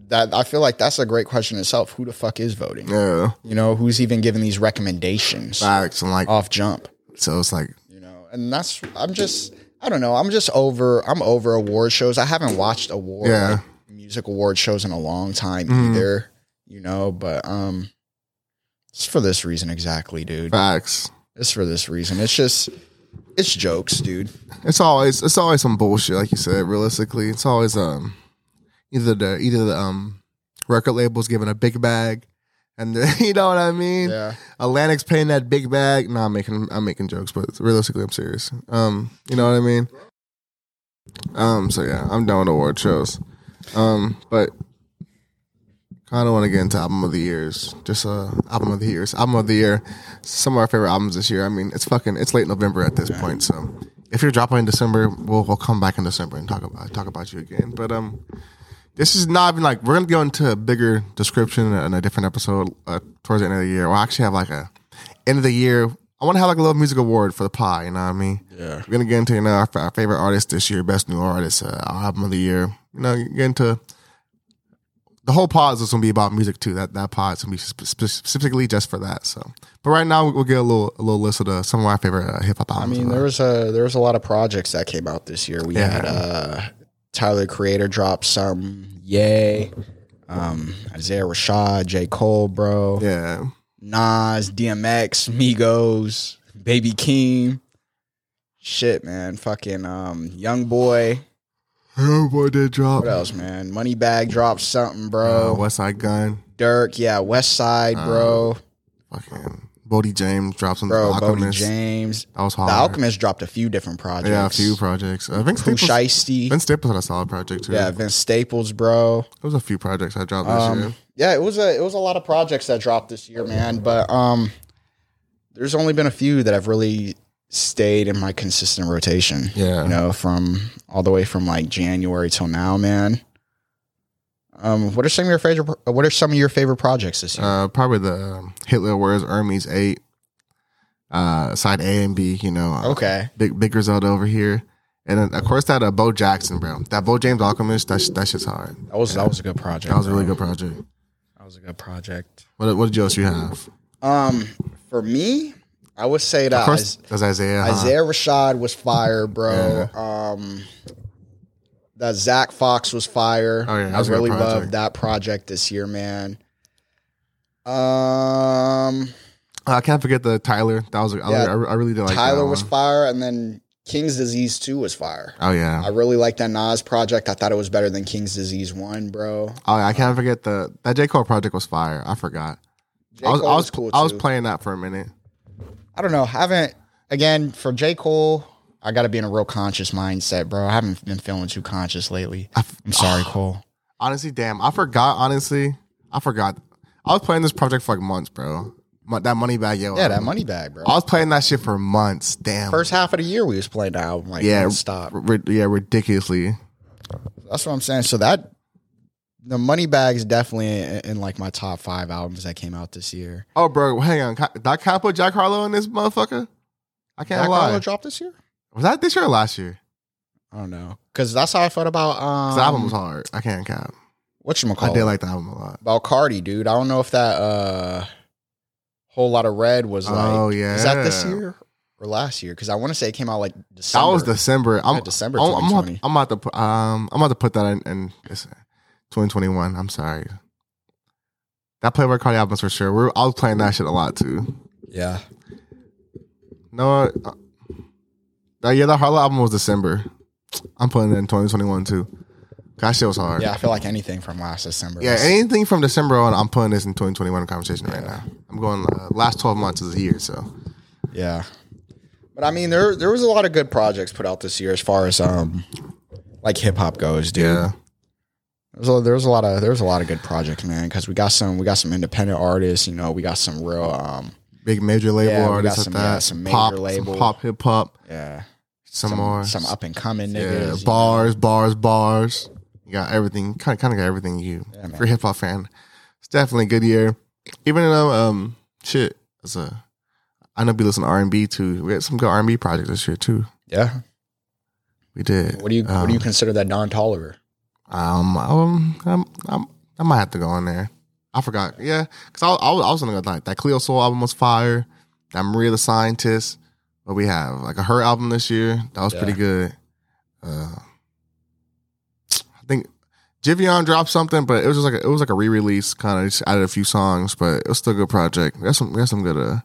S2: that I feel like that's a great question itself. Who the fuck is voting?
S1: Yeah.
S2: You know, who's even giving these recommendations
S1: Facts and like
S2: off jump?
S1: so it's like
S2: You know, and that's I'm just I don't know. I'm just over I'm over award shows. I haven't watched award
S1: Yeah. Mm-hmm.
S2: like, music award shows in a long time either. You know, but um, it's for this reason exactly, dude.
S1: facts.
S2: It's for this reason. It's just It's jokes, dude.
S1: It's always it's always some bullshit, like you said. Realistically, it's always um either the either the um record label's giving a big bag, and the, you know what I mean.
S2: Yeah.
S1: Atlantic's paying that big bag. Nah, I'm making I'm making jokes, but realistically, I'm serious. Um, you know what I mean. Um, so yeah, I'm done with award shows. Um, but kind of want to get into album of the years. Just uh, album of the years, album of the year. Some of our favorite albums this year. I mean, it's fucking it's late November at this point. So if you're dropping in December, we'll we'll come back in December and talk about talk about you again. But um, this is not even like we're gonna go into a bigger description in a different episode uh, towards the end of the year. We'll actually have like a end of the year. I want to have like a little music award for the pie. You know what I mean? Yeah. We're gonna get into you know our, fa- our favorite artist this year, best new artist, uh, our album of the year. You know, get into the whole pod is gonna be about music too. That that pod is gonna be spe- spe- specifically just for that. So, but right now we'll get a little a little list of the, some of my favorite uh, hip hop
S2: I
S1: albums.
S2: mean, there was a there was a lot of projects that came out this year. We
S1: Yeah.
S2: had uh, Tyler the Creator drop some, yay. Um, Isaiah Rashad, J Cole, bro,
S1: yeah,
S2: Nas, DMX, Migos, Baby Keem. Shit, man, fucking um, Young Boy.
S1: oh boy, did drop.
S2: What else, man? Moneybag dropped something,
S1: Uh,
S2: bro.
S1: West Side Gun.
S2: Dirk, yeah, West Side,
S1: Uh,
S2: bro,
S1: Fucking Bodie James drops on
S2: bro,
S1: the
S2: Bodie
S1: Alchemist.
S2: James.
S1: That was hard.
S2: The Alchemist dropped a few different projects.
S1: Yeah, a few projects. Uh, Vince
S2: Pooh
S1: Staples.
S2: Shiesty.
S1: Vince Staples had a solid project too.
S2: Yeah,
S1: there
S2: Vince Staples, bro.
S1: was a few projects I dropped this year.
S2: Um, yeah, it was a it was a lot of projects that dropped this year, man. But um, there's only been a few that have really stayed in my consistent rotation.
S1: Yeah.
S2: you know, from all the way from like January till now, man. Um, what are some of your favorite? What are some of your favorite projects this year?
S1: Uh, probably the um, Hitler Wears Armies Eight, uh, side A and B. You know, uh,
S2: okay,
S1: big big Griselda over here, and then, of course that uh, Bo Jackson, bro. That Bo James Alchemist, that sh- that shit's hard.
S2: that was that was a good project.
S1: That was a really
S2: bro.
S1: good project.
S2: That was a good project.
S1: What what else you have?
S2: Um, for me, Uh, I would say that
S1: Of course, that's Isaiah. huh?
S2: Isaiah Rashad was fire, bro. Um, that Zach Fox was fire.
S1: Oh, yeah, that
S2: I
S1: was a good
S2: really
S1: project.
S2: loved that project this year, man. Um,
S1: Uh, I can't forget the Tyler. That was a- I,
S2: Yeah.
S1: I, I really did like
S2: Tyler
S1: that
S2: was
S1: one.
S2: fire, and then King's Disease Two was fire.
S1: Oh yeah,
S2: I really liked that Nas project. I thought it was better than King's Disease One, bro.
S1: Oh, I can't forget the that J Cole project was fire. I forgot.
S2: J.
S1: I was, I
S2: Cole
S1: was, I was
S2: too.
S1: playing that for a minute.
S2: I don't know. haven't again for J Cole. I got to be in a real conscious mindset, bro. I haven't been feeling too conscious lately.
S1: I f-
S2: I'm sorry, Cole.
S1: Honestly, damn, I forgot. Honestly, I forgot. I was playing this project for like months, bro. Mo- that money bag, yo.
S2: Yeah, that
S1: album.
S2: money bag, bro.
S1: I was playing that shit for months. Damn.
S2: first half of the year we was playing the album like
S1: yeah,
S2: yeah
S1: r-
S2: stop
S1: ri- yeah, ridiculously.
S2: that's what i'm saying so that the money bag is definitely in, in like my top five albums that came out this year
S1: Oh, bro, hang on. Ca- Did I kind of put Jack Harlow in this motherfucker? I can't
S2: Jack
S1: lie.
S2: Harlow dropped this year
S1: was that this year or last year?
S2: i don't know because that's how i felt about um
S1: 'Cause the album was hard. I can't cap.
S2: what
S1: I did like the album a lot.
S2: about cardi dude i don't know if that uh whole lot of red was like
S1: Oh, yeah.
S2: is that this year or last year because i want to say it came out like
S1: That
S2: december
S1: was December. I'm
S2: Yeah, December
S1: I'm, I'm, about,
S2: 2020.
S1: I'm about to put um I'm about to put that in, in it's, uh, 2021. I'm sorry. That Playboy Cardi album's for sure. We're, I was playing that shit a lot too.
S2: yeah
S1: No, uh, uh, yeah, the Harlow album was December. I'm putting it in 2021 too. That shit was hard.
S2: yeah i feel like anything from last december
S1: Yeah,
S2: was-
S1: anything from December on, I'm putting this in 2021 conversation right now. I'm going uh, last 12 months is a year, so
S2: Yeah. But I mean there there was a lot of good projects put out this year as far as um like hip hop goes, dude.
S1: yeah.
S2: There's a, there was a lot of there was a lot of good projects, man, because we got some we got some independent artists, you know, we got some real um
S1: Big major label
S2: Yeah, we got
S1: artists like
S2: some-
S1: that.
S2: yeah, some major
S1: pop,
S2: label.
S1: some pop hip hop,
S2: yeah
S1: some, more
S2: some up and coming
S1: Yeah,
S2: niggas.
S1: bars, bars, bars. You got everything. Kind of, kind of got everything you.
S2: Yeah, man.
S1: if you're a hip hop fan, it's definitely a good year. Even though, um, shit, as a, I know we listen to R and B too. We had some good R and B projects this year too.
S2: Yeah.
S1: We did.
S2: What do you what do you
S1: Um,
S2: consider that Don Tolliver?
S1: Um, um, I'm, I'm, I might have to go on there. I forgot. Yeah, because I, I, was- I was gonna go like that. Cleo Soul album was fire. That Maria the Scientist. What we have like a her album this year that was
S2: Yeah.
S1: pretty good. Uh, I think Jivion dropped something, but it was just like a, it was like a re-release kind of just added a few songs, but it was still a good project. We got some we got some good uh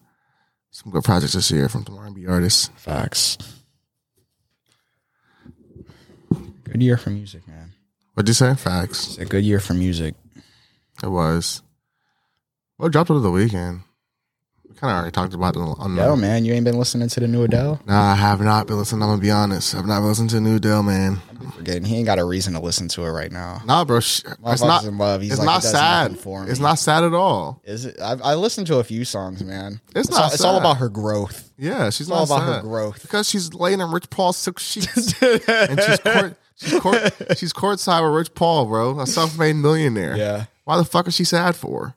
S1: some good projects this year from some R and B artists.
S2: Facts. Good year for music, man.
S1: What'd you say? Facts.
S2: It's a good year for music.
S1: It was. Well, it dropped over the weekend. We kind of already talked about it on the.
S2: Yo, man, you ain't been listening to the new Adele?
S1: Nah, I have not been listening. I'm gonna be honest. I've not been listening to New Dale, man.
S2: Forgetting he ain't got a reason to listen to it right now.
S1: Nah, bro. sh- It's
S2: Motherfucker's
S1: not.
S2: in love. He's
S1: it's
S2: like,
S1: not
S2: it does
S1: sad.
S2: nothing for me.
S1: It's not sad at all.
S2: Is it? I, I listened to a few songs, man.
S1: It's not
S2: All, it's all
S1: sad.
S2: about her growth.
S1: Yeah, she's
S2: all
S1: not
S2: about her
S1: sad.
S2: growth.
S1: because she's laying in Rich Paul's silk sheets, and she's court, she's court, she's courtside with Rich Paul, bro, a self-made millionaire.
S2: Yeah.
S1: Why the fuck is she sad for?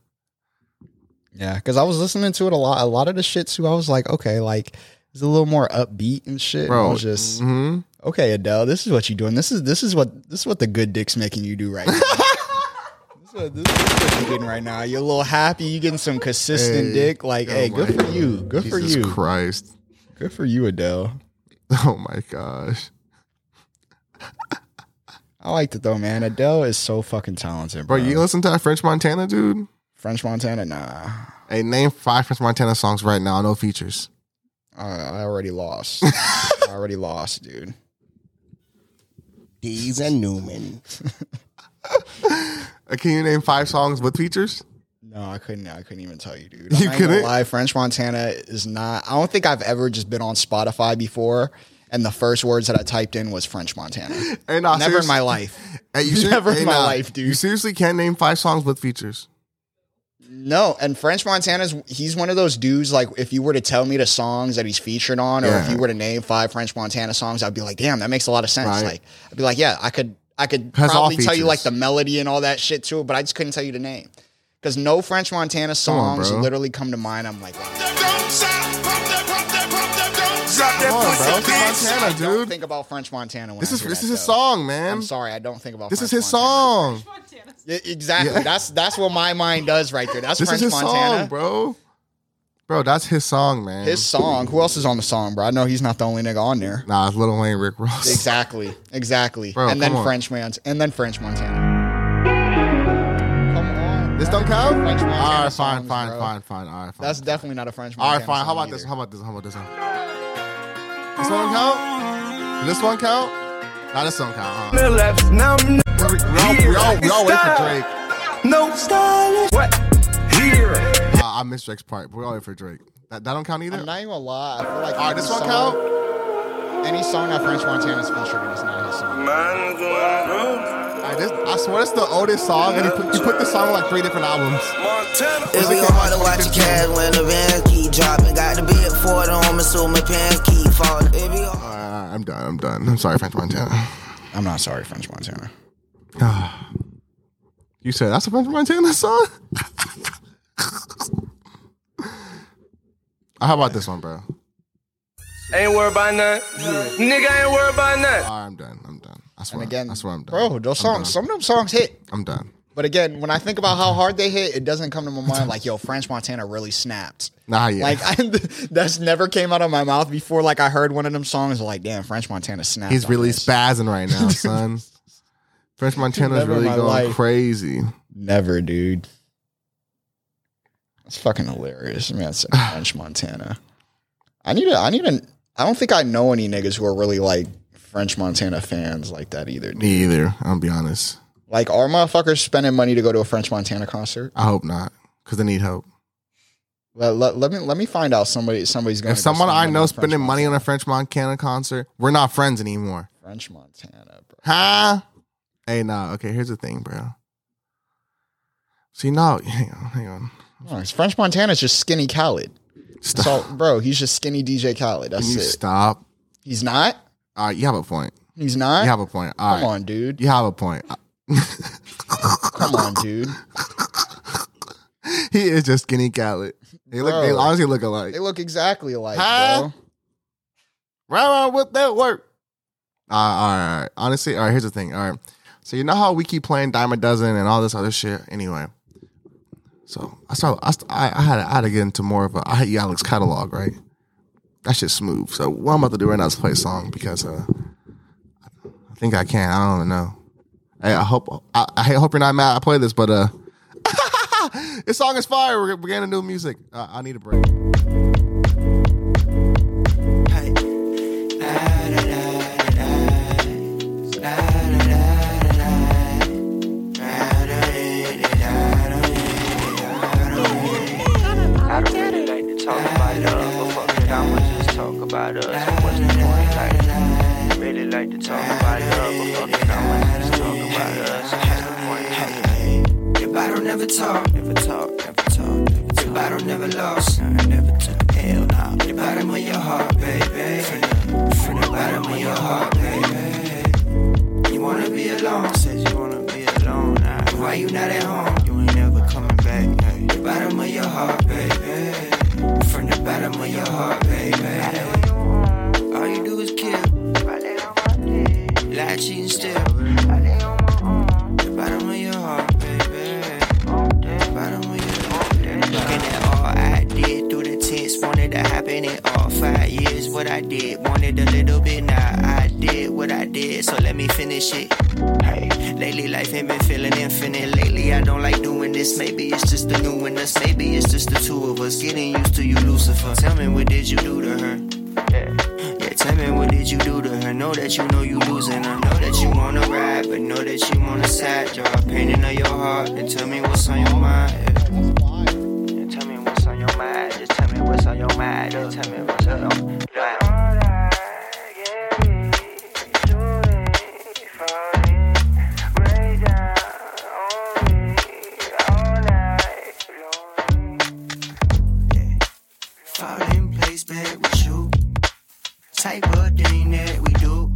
S2: Yeah, because I was listening to it a lot. A lot of the shit too. I was like, okay, like it's a little more upbeat and shit.
S1: Bro,
S2: I was just
S1: hmm
S2: okay, Adele. This is what you're doing. This is this is what this is what the good dick's making you do right now. this, is what, this is what you're getting right now. You're a little happy. You getting some consistent
S1: Hey.
S2: dick. Like,
S1: Oh
S2: hey, good
S1: my
S2: for you. Good for
S1: Jesus
S2: you.
S1: Christ.
S2: Good for you, Adele.
S1: Oh my gosh.
S2: I liked it though, man. Adele is so fucking talented,
S1: Bro,
S2: bro.
S1: you listen to that French Montana dude?
S2: French Montana, nah.
S1: Hey, name five French Montana songs right now, no features.
S2: Uh, I already lost. I already lost, dude.
S7: Deez and Newman.
S1: Uh, Can you name five songs with features?
S2: No, I couldn't. I couldn't even tell you, dude. I'm
S1: You
S2: not even gonna
S1: couldn't?
S2: Lie. French Montana is not. I don't think I've ever just been on Spotify before, and the first words that I typed in was French Montana.
S1: Hey, nah,
S2: Never in
S1: serious-
S2: my life.
S1: Hey, you ser-
S2: Never in
S1: hey,
S2: my
S1: nah,
S2: life, dude.
S1: You seriously can't name five songs with features.
S2: No, and French Montana's he's one of those dudes like if you were to tell me the songs that he's featured on or if
S1: Yeah.
S2: you were to name five French Montana songs, I'd be like, "Damn, that makes a lot of sense."
S1: Right.
S2: Like I'd be like, "Yeah, I could I could
S1: Has all
S2: probably tell you
S1: features.
S2: like the melody and all that shit too, but I just couldn't tell you the name." Cuz no French Montana
S1: on,
S2: songs
S1: bro.
S2: literally come to mind. I'm like, "Wow,
S1: Come on, bro. It's
S2: I
S1: Montana,
S2: don't
S1: dude.
S2: think about French Montana when
S1: This
S2: I
S1: is
S2: hear
S1: this
S2: that,
S1: is his
S2: though.
S1: song, man.
S2: I'm sorry, I don't think about
S1: This
S2: French
S1: is his
S2: Montana.
S1: song.
S2: Y- Exactly.
S1: Yeah.
S2: That's that's what my mind does right there. That's
S1: This
S2: French
S1: is his
S2: Montana.
S1: song, bro. Bro, that's his song, man.
S2: His song. Who else is on the song, bro? I know he's not the only nigga on there.
S1: nah, it's Lil Wayne, Rick Ross.
S2: Exactly. Exactly.
S1: Bro,
S2: and then
S1: come on.
S2: French Mont and then French Montana. Come on.
S1: This don't count. All
S2: French
S1: right,
S2: Montana
S1: fine,
S2: songs,
S1: fine,
S2: bro.
S1: fine, fine. All right, fine.
S2: That's definitely not a French
S1: All
S2: Montana.
S1: right, fine. How
S2: song
S1: about
S2: either.
S1: this? How about this? How about this one? This one count? Does this one count? Nah, this one count. huh? We, we all, we all, we all wait for Drake.
S4: No stylish. What? Here.
S1: Uh, I missed Drake's part. but We all wait for Drake. That, that don't count either.
S2: I'm not even gonna lie. I feel like
S1: all right,
S2: any
S1: this one
S2: song-
S1: count.
S2: Any song that French Montana's featured in is not his song.
S1: All right, this, I swear it's the oldest song, and he put, he put this song on like three different albums.
S8: It be hard to watch your cash when the van keep dropping. Got to be at Ford home, assume my pants keep falling. It be hard.
S1: All right, all right, I'm done. I'm done. I'm sorry, French Montana.
S2: I'm not sorry, French Montana.
S1: You said that's a French Montana song. How about this one, bro?
S4: Ain't worried about none. Nigga ain't worried about none.
S1: All right, I'm done. I'm done. I swear.
S2: And again,
S1: I swear I'm done.
S2: bro, those
S1: I'm
S2: songs,
S1: done.
S2: some of them songs hit.
S1: I'm done.
S2: But again, when I think about how hard they hit, it doesn't come to my mind like, yo, French Montana really snapped.
S1: Nah, yeah.
S2: Like I, that's never came out of my mouth before. Like I heard one of them songs, like damn, French Montana snapped.
S1: He's
S2: on
S1: really
S2: this.
S1: spazzing right now, son. French Montana's
S2: Never
S1: really
S2: my
S1: going
S2: life.
S1: crazy.
S2: Never, dude. That's fucking hilarious, man. It's French Montana. I need a. I need a. I don't think I know any niggas who are really like French Montana fans like that either. dude.
S1: Me either. I'll be honest.
S2: Like, are motherfuckers spending money to go to a French Montana concert?
S1: I hope not, because they need help.
S2: Let, let, let me let me find out somebody. Somebody's going.
S1: If someone I know spending money on a French Montana concert, we're not friends anymore.
S2: French Montana, bro.
S1: Huh? Hey, nah. Okay, here's the thing, bro. See, now, hang on, hang on.
S2: No, it's French Montana's just skinny Khaled.
S1: Stop.
S2: So, bro, he's just skinny DJ Khaled.
S1: Can
S2: That's
S1: you
S2: it.
S1: stop?
S2: He's not.
S1: All right, you have a point.
S2: He's not.
S1: You have a point. All
S2: Come
S1: right.
S2: on, dude.
S1: You have a point.
S2: Come on, dude.
S1: He is just skinny Khaled. They look. They
S2: Bro.
S1: honestly look alike.
S2: They look exactly alike,
S1: Huh?
S2: bro.
S1: Right, with that work. Uh, all right, all right. Honestly, all right. Here's the thing. All right. So you know how we keep playing dime a dozen and all this other shit. Anyway, so I started. I, st- I, I had. I had to get into more of a I hate you Alex catalog, right? That shit's smooth. So what I'm about to do right now is play a song because uh, I think I can. I don't even know. Hey, I hope. I, I hope you're not mad. I play this, but uh, this song is fire. We're, we're getting new music. Uh, I need a break.
S8: Hey. Da, da, da, da, da. Da, da,
S7: never talk, never talk, never talk. Never talk. Your battle never lost, nah, never talk. Hell nah. The bottom of your heart, baby. From the bottom of your heart, baby. You wanna be alone, says you wanna be alone. Nah. Why you not at home? You ain't never coming back. Nah. The bottom of your heart, baby. From the bottom of your heart, baby. All you do is kill. Lie, cheat, and steal. The bottom of your heart, baby bottom of your Looking at all I did through the tense, wanted to happen in all five years. What I did, wanted a little bit, now I did what I did, so let me finish it. Hey, lately life ain't been feeling infinite. Lately I don't like doing this. Maybe it's just the new in us. Maybe it's just the two of us getting used to you, Lucifer. Tell me what did you do to her? Yeah, tell me what did you do to her? Know that you know you losing her. Know that you wanna ride, but know that you wanna side. Draw a painting of your heart and tell me what's on your mind. Yeah. Yeah, tell me what's on your mind. Just tell me what's on your mind. Just tell me what's on your mind. Fall in place back with you type of thing that we do.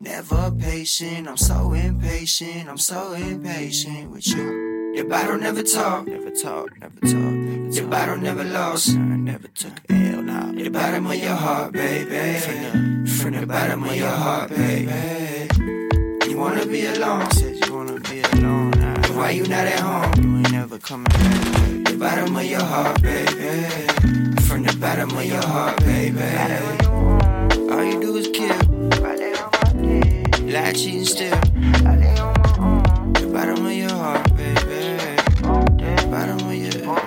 S7: Never patient, I'm so impatient, I'm so impatient with you. Your battle never talk, never talk, never talk. Your battle never lost, nah, never took a L now. The bottom of your heart, baby. From the, from the bottom of your heart, baby. You wanna be alone, said you wanna be alone. Nah, but why you not at home? You ain't never coming back. The bottom of your heart, baby. From the bottom of your heart, baby. All you do is kill. Lie, cheat, and steal. The bottom of your heart, baby. Bottom of your bottom.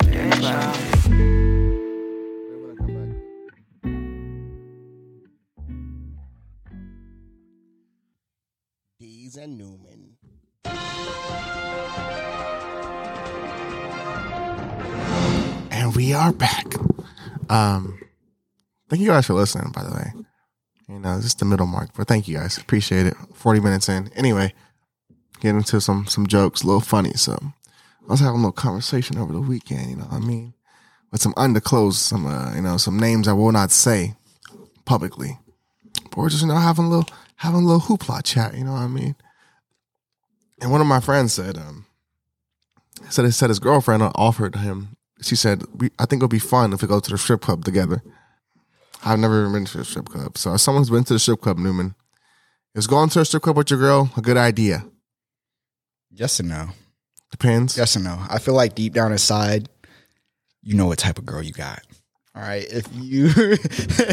S9: Deez and Newman.
S1: And we are back. Um, thank you guys for listening, by the way. You know, this is the middle mark, but thank you guys. Appreciate it. 40 minutes in. Anyway, get into some some jokes, a little funny. So I was having a little conversation over the weekend, you know what I mean? With some underclothes, some uh, you know, some names I will not say publicly. But we're just you know having a little having a little hoopla chat, you know what I mean? And one of my friends said, um, said said his girlfriend offered him. She said, we, "I think it'll be fun if we go to the strip club together." I've never even been to a strip club, so if someone's been to the strip club, Newman, is going to a strip club with your girl a good idea?
S2: Yes and no.
S1: Depends.
S2: Yes and no. I feel like deep down inside, you know what type of girl you got. All right. If you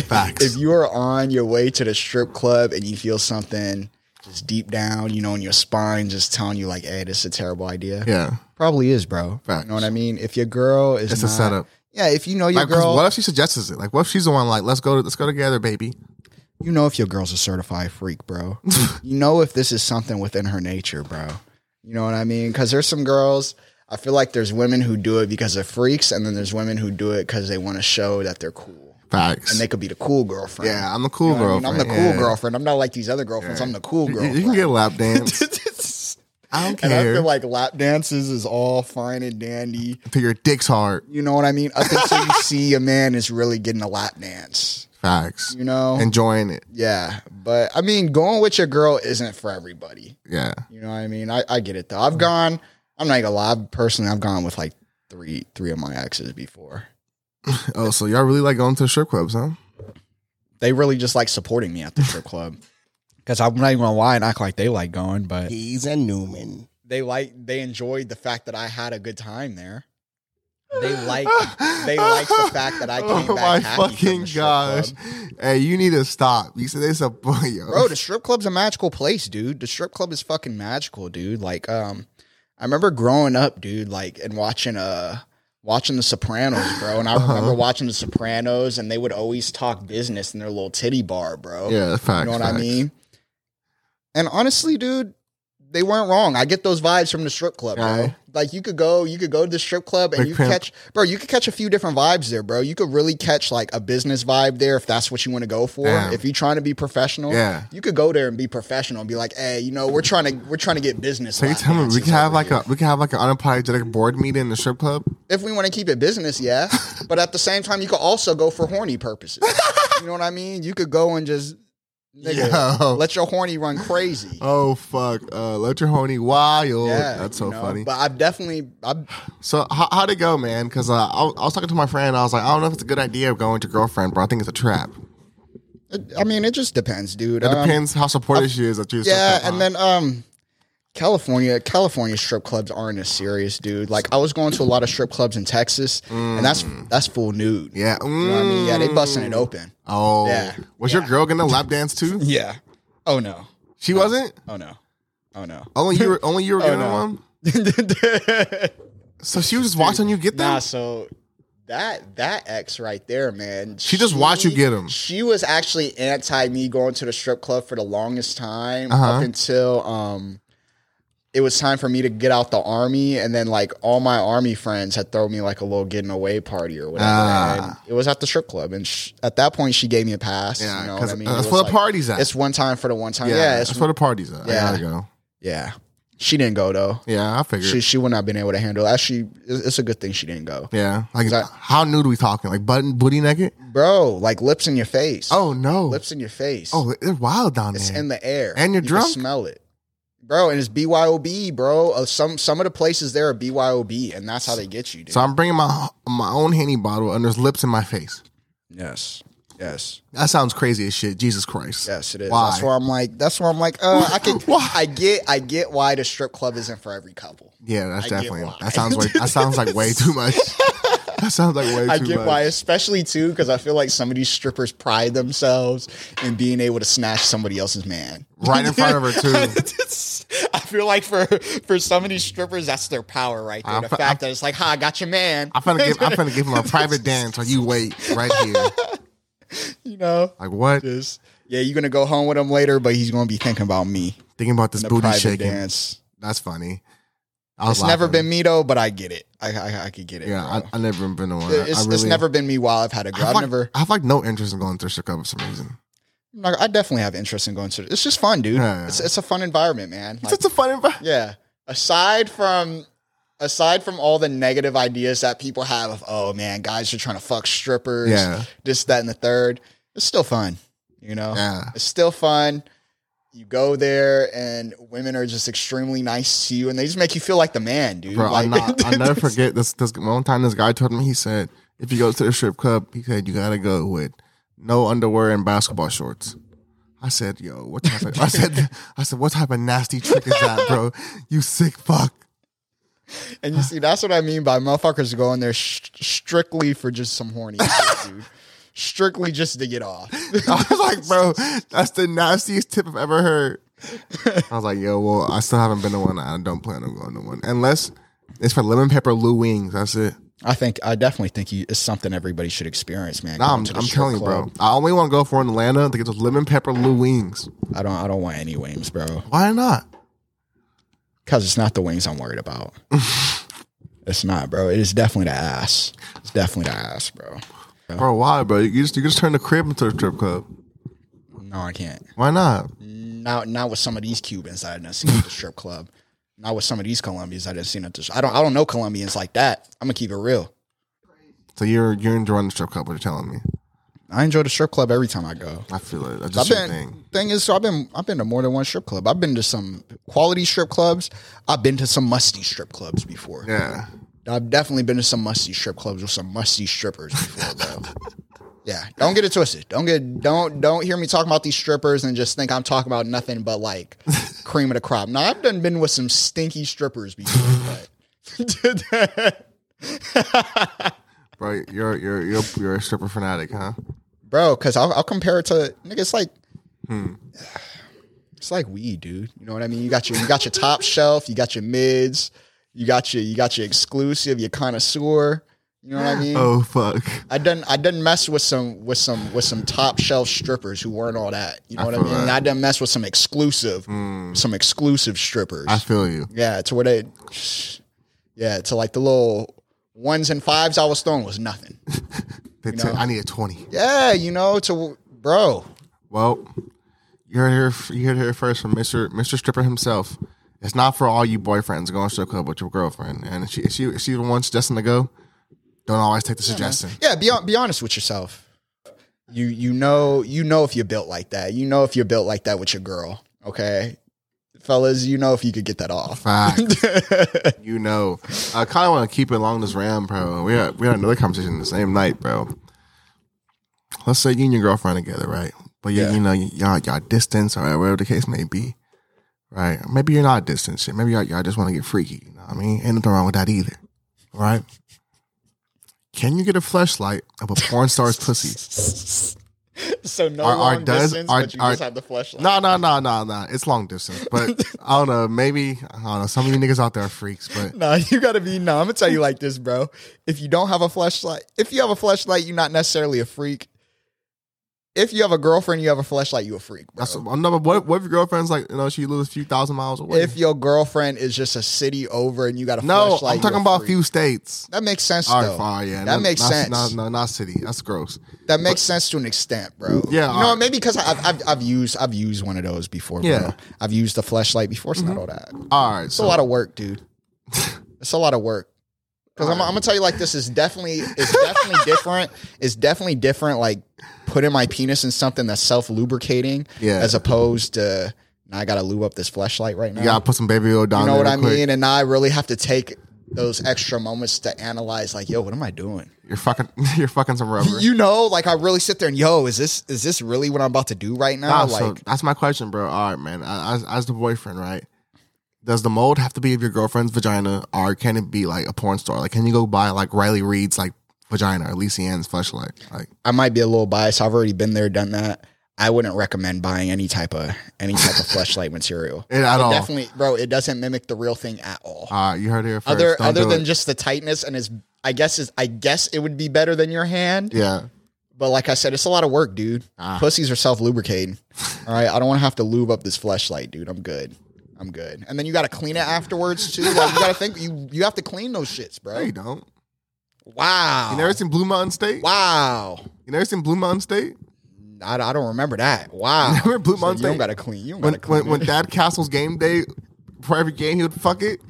S1: Facts.
S2: if you are on your way to the strip club and you feel something just deep down, you know, in your spine, just telling you like, "Hey, this is a terrible idea."
S1: Yeah,
S2: Probably is, bro.
S1: Facts.
S2: You know what I mean? If your girl is
S1: it's a
S2: not-
S1: setup.
S2: Yeah, if you know your
S1: Like, 'cause
S2: girl,
S1: what if she suggests it? Like, what if she's the one? Like, let's go, let's go together, baby.
S2: you know if your girl's a certified freak, bro. you know if this is something within her nature, bro. You know what I mean? Because there's some girls. I feel like there's women who do it because they're freaks, and then there's women who do it because they want to show that they're cool.
S1: Facts.
S2: And they could be the cool girlfriend.
S1: yeah, I'm the cool
S2: You know what I
S1: girlfriend.
S2: mean? I'm the cool
S1: yeah.
S2: girlfriend. I'm not like these other girlfriends. I'm the cool
S1: You-
S2: girlfriend.
S1: You, can get a lap dance. I don't
S2: and I
S1: care
S2: feel like lap dances is all fine and dandy.
S1: until your dick's hard.
S2: You know what I mean? Up until you see a man is really getting a lap dance.
S1: Facts.
S2: You know?
S1: Enjoying it.
S2: yeah. But I mean, going with your girl isn't for everybody.
S1: Yeah.
S2: You know what I mean? I, I get it though. I've gone, I'm not gonna lie, I've- personally I've gone with like three three of my exes before.
S1: Oh, so y'all really like going to the strip clubs, huh?
S2: They really just like supporting me at the strip club. Cause I'm not even gonna lie and act like they like going, but
S9: Deez and Newman.
S2: they like they enjoyed the fact that I had a good time there. They like they like the fact that I came
S1: oh
S2: back
S1: my
S2: happy from the
S1: fucking
S2: strip
S1: gosh!
S2: club.
S1: Hey, you need to stop. You said it's a boy, yo.
S2: Bro, the strip club's a magical place, dude. The strip club is fucking magical, dude. Like, um, I remember growing up, dude, like and watching uh watching the Sopranos, bro. And I remember watching the Sopranos and they would always talk business in their little titty bar, bro.
S1: yeah, facts.
S2: you know what I
S1: facts.
S2: mean? And honestly, dude, they weren't wrong. I get those vibes from the strip club, bro.
S1: Aye.
S2: Like you could go, you could go to the strip club and
S1: Big
S2: you
S1: pimp.
S2: catch, bro. You could catch a few different vibes there, bro. You could really catch like a business vibe there if that's what you want to go for.
S1: Damn.
S2: If you're trying to be professional,
S1: Yeah.
S2: you could go there and be professional and be like, hey, you know, we're trying to we're trying to get business.
S1: So you
S2: lap
S1: tell me we
S2: dances
S1: can have
S2: over
S1: like
S2: here.
S1: a we can have like an unapologetic board meeting in the strip club.
S2: if we want to keep it business, yeah. but at the same time, you could also go for horny purposes. you know what I mean? You could go and just nigga,
S1: Yo.
S2: let your horny run crazy.
S1: Oh fuck! Uh, let your horny wild.
S2: Yeah,
S1: That's
S2: you
S1: so
S2: know?
S1: funny.
S2: But I've definitely, I've,
S1: So how, how'd it go, man? Because uh, I, was- I was talking to my friend. I was like, I don't know if it's a good idea of going to girlfriend, bro. I think it's a trap.
S2: I mean, it just depends, dude.
S1: It
S2: Um,
S1: depends how supportive she is. That you
S2: Yeah, and then um, California, California strip clubs aren't as serious, dude. Like I was going to a lot of strip clubs in Texas, and that's that's full nude.
S1: yeah,
S2: You know what I mean? Yeah, they
S1: mm.
S2: busting it open.
S1: Oh,
S2: Yeah.
S1: was your girl gonna lap dance too?
S2: Yeah. Oh no.
S1: She wasn't.
S2: Oh no. Oh no.
S1: Only you were only you were getting
S2: Oh, no.
S1: one. So she was just watching you get that.
S2: Nah, so that that ex right there, man.
S1: She just watched you get 'em.
S2: She was actually anti me going to the strip club for the longest time
S1: Uh-huh.
S2: up until um it was time for me to get out the army and then like all my army friends had thrown me like a little getting away party or whatever.
S1: Ah.
S2: And it was at the strip club and sh- at that point she gave me a pass.
S1: Yeah,
S2: you know
S1: 'cause
S2: what I mean?
S1: that's
S2: It was
S1: where the
S2: like,
S1: party's at.
S2: It's one time for the one time. Yeah, it's,
S1: that's where the party's at.
S2: Yeah.
S1: I gotta go.
S2: yeah. She didn't go though.
S1: Yeah, I figured.
S2: She she would not have been able to handle. Actually, it's it's a good thing she didn't go.
S1: yeah, like
S2: I-
S1: how nude are we talking? Like button booty naked?
S2: bro. Like lips in your face.
S1: Oh no!
S2: lips in your face.
S1: Oh, they're wild down
S2: it's
S1: there.
S2: in the air,
S1: And you're
S2: you
S1: drunk?
S2: Can smell it, bro. And it's BYOB, bro. Uh, some some of the places there are BYOB, and that's how they get you, dude.
S1: so I'm bringing my my own henny bottle, and there's lips in my face.
S2: yes, yes,
S1: That sounds crazy as shit. Jesus Christ.
S2: yes. It is.
S1: Why?
S2: That's where I'm like. That's where I'm like. Uh, I can.
S1: Why?
S2: I get. I get why the strip club isn't for every couple.
S1: yeah, that's
S2: I get
S1: definitely.
S2: why.
S1: That sounds way. That sounds like way too much. that sounds like way
S2: I
S1: too
S2: get
S1: much.
S2: why, especially too, because I feel like some of these strippers pride themselves in being able to snatch somebody else's man.
S1: Right in front of her too.
S2: I feel like for for some of these strippers, that's their power right there.
S1: I'm
S2: the
S1: fi-
S2: fact
S1: I'm-
S2: that it's like, "Ha, I got your man."
S1: I'm finna give. I'm finna give him a private dance while you wait right here.
S2: you know,
S1: Like what?
S2: just yeah, you're gonna go home with him later, but he's gonna be thinking about me.
S1: Thinking about this
S2: The
S1: booty
S2: private
S1: shaking.
S2: dance.
S1: That's funny. I was
S2: It's never
S1: laughing.
S2: been me though, but I get it. I I, I could get it.
S1: Yeah, I,
S2: bro.
S1: I never been to one. I-
S2: it's,
S1: I
S2: it's
S1: really-
S2: never been me while I've had a
S1: I
S2: girl.
S1: have,
S2: I've
S1: like,
S2: never.
S1: I have like no interest in going to a strip club for some reason.
S2: I definitely have interest in going to. It's just fun, dude.
S1: Yeah.
S2: It's it's a fun environment, man.
S1: It's
S2: Like,
S1: such a fun environment.
S2: Yeah. Aside from aside from all the negative ideas that people have of oh man, guys are trying to fuck strippers,
S1: Yeah.
S2: this, that, and the third, it's still fun. You know?
S1: Yeah.
S2: It's still fun. You go there and women are just extremely nice to you and they just make you feel like the man, dude.
S1: Bro,
S2: like,
S1: I'm not, I'll never forget this. This one time, this guy told me he said, "If you go to the strip club, he said you gotta go with no underwear and basketball shorts." I said, "Yo, what type of?" I said, "I said, what type of nasty trick is that, bro? You sick fuck."
S2: and you see, that's what I mean by motherfuckers going there sh- strictly for just some horny shit, dude. Strictly just to get off.
S1: I was like, "Bro, that's the nastiest tip I've ever heard." I was like, "Yo, well, I still haven't been to one. I don't plan on going to one unless it's for lemon pepper Lou wings. That's it."
S2: I think I definitely think you, it's something everybody should experience, man.
S1: Nah,
S2: going
S1: I'm,
S2: to the
S1: I'm
S2: strip
S1: telling you,
S2: club.
S1: bro. I only want to go for in Atlanta to get those lemon pepper Lou wings.
S2: I don't. I don't want any wings, bro.
S1: Why not?
S2: Because it's not the wings I'm worried about. it's not, bro. It is definitely the ass. It's definitely the ass, bro.
S1: Bro, why, bro? You just you just turn the crib into a strip club.
S2: No, I can't.
S1: Why not?
S2: Not not with some of these Cubans that I done seen at the strip club. Not with some of these Colombians I done seen at the. str- I don't. I don't know Colombians like that. I'm gonna keep it real.
S1: So you're you're enjoying the strip club, what you're telling me.
S2: I enjoy the strip club every time I go.
S1: I feel it. That's
S2: I've
S1: just your
S2: been
S1: thing.
S2: thing is so I've been I've been to more than one strip club. I've been to some quality strip clubs. I've been to some musty strip clubs before.
S1: Yeah.
S2: I've definitely been to some musty strip clubs with some musty strippers before, bro. yeah, don't get it twisted. Don't get don't don't hear me talking about these strippers and just think I'm talking about nothing but like cream of the crop. Now I've done been with some stinky strippers before, but
S1: Bro, you're you're you're you're a stripper fanatic, huh?
S2: bro, because I'll, I'll compare it to nigga. It's like. It's like weed, dude. You know what I mean? You got your you got your top shelf, you got your mids, you got your you got your exclusive, your connoisseur. You You know what I mean?
S1: Oh fuck!
S2: I done I done mess with some with some with some top shelf strippers who weren't all that. You know
S1: I
S2: what I
S1: feel
S2: mean? And
S1: that. Hmm.
S2: I done mess with some exclusive some exclusive strippers.
S1: I feel you.
S2: yeah, to where they Yeah, to like the little ones and fives I was throwing was nothing.
S1: They
S2: know?
S1: t- I need a twenty.
S2: Yeah, you know, to bro.
S1: Well, you heard here. You heard here first from Mister Mister Stripper himself. It's not for all you boyfriends going to strip club with your girlfriend. And if she if she, if she the one suggesting to go, don't always take the suggestion.
S2: Yeah, be hon- be honest with yourself. You you know you know if you're built like that. You know if you're built like that with your girl. Okay, fellas, you know if you could get that off.
S1: Fact. you know, I kind of want to keep it along this ram, bro. We had we had another conversation the same night, bro. Let's say you and your girlfriend together, right? But you,
S2: Yeah.
S1: you know, y- y'all y'all distance or whatever the case may be, right? Maybe you're not distant, shit. Maybe y'all, y'all just want to get freaky. You know what I mean? Ain't nothing wrong with that either, right? Can you get a flashlight of a porn star's pussy?
S2: So no
S1: Our- our
S2: long
S1: does-
S2: distance,
S1: our-
S2: but you
S1: our-
S2: just have the flashlight.
S1: No, no, no, no, no. It's long distance, but I don't know. Maybe I don't know. Some of you niggas out there are freaks, but
S2: Nah, you gotta be. Nah, I'm gonna tell you like this, bro. If you don't have a flashlight, if you have a flashlight, you're not necessarily a freak. If you have a girlfriend, you have a flashlight, you a freak. Bro.
S1: That's another. What, what if your girlfriend's like, you know, she lives a few thousand miles away?
S2: if your girlfriend is just a city over and you got a
S1: no,
S2: flashlight,
S1: I'm talking about a few states.
S2: That makes sense
S1: All
S2: though.
S1: right, fine, yeah,
S2: that
S1: no,
S2: makes
S1: not,
S2: sense.
S1: No, no, not city. That's gross.
S2: That makes sense to an extent, bro.
S1: Yeah,
S2: you know,
S1: alright.
S2: maybe because I've, I've I've used I've used one of those before. Bro.
S1: Yeah. Mm-hmm.
S2: I've used the flashlight before. It's not all that.
S1: All right,
S2: It's a lot of work, dude. It's a lot of work. Because I'm, I'm gonna tell you like this is definitely it's definitely different. It's definitely different. Like putting my penis in something that's self lubricating,
S1: Yeah.
S2: as opposed to now I gotta lube up this flashlight right now.
S1: you gotta put some baby oil down.
S2: you know
S1: there
S2: what I
S1: real quick.
S2: mean? And now I really have to take those extra moments to analyze. Like, yo, what am I doing?
S1: You're fucking. You're fucking some rubber.
S2: You know, like I really sit there and yo, is this is this really what I'm about to do right now?
S1: Nah,
S2: like,
S1: so that's my question, bro. All right, man. As, as the boyfriend, right? Does the mold have to be of your girlfriend's vagina, or can it be like a porn star? Like, can you go buy like Riley Reed's like vagina or Lisa Ann's flashlight? Like,
S2: I might be a little biased. I've already been there, done that. I wouldn't recommend buying any type of any type of fleshlight material.
S1: It- at all.
S2: Definitely, bro. It doesn't mimic the real thing at all.
S1: all right, you heard it here first.
S2: other
S1: Don't
S2: other
S1: do
S2: than
S1: it.
S2: just the tightness and it's I guess is I guess it would be better than your hand.
S1: yeah. Ah.
S2: But like I said, it's a lot of work, dude. Pussies are self lubricating. All right, I don't want to have to lube up this fleshlight, dude. I'm good. I'm good. And then you got to clean it afterwards too. Like you got to think you you have to clean those shits,
S1: No, you
S2: bro.
S1: don't.
S2: Wow.
S1: You never seen Blue Mountain State?
S2: wow.
S1: You never seen Blue Mountain State?
S2: I, I don't remember that. Wow.
S1: Remember Blue
S2: So
S1: Mountain
S2: You don't
S1: State?
S2: gotta clean. You don't
S1: when
S2: gotta clean.
S1: when, when Dad Castle's game day, for every game he would fuck it.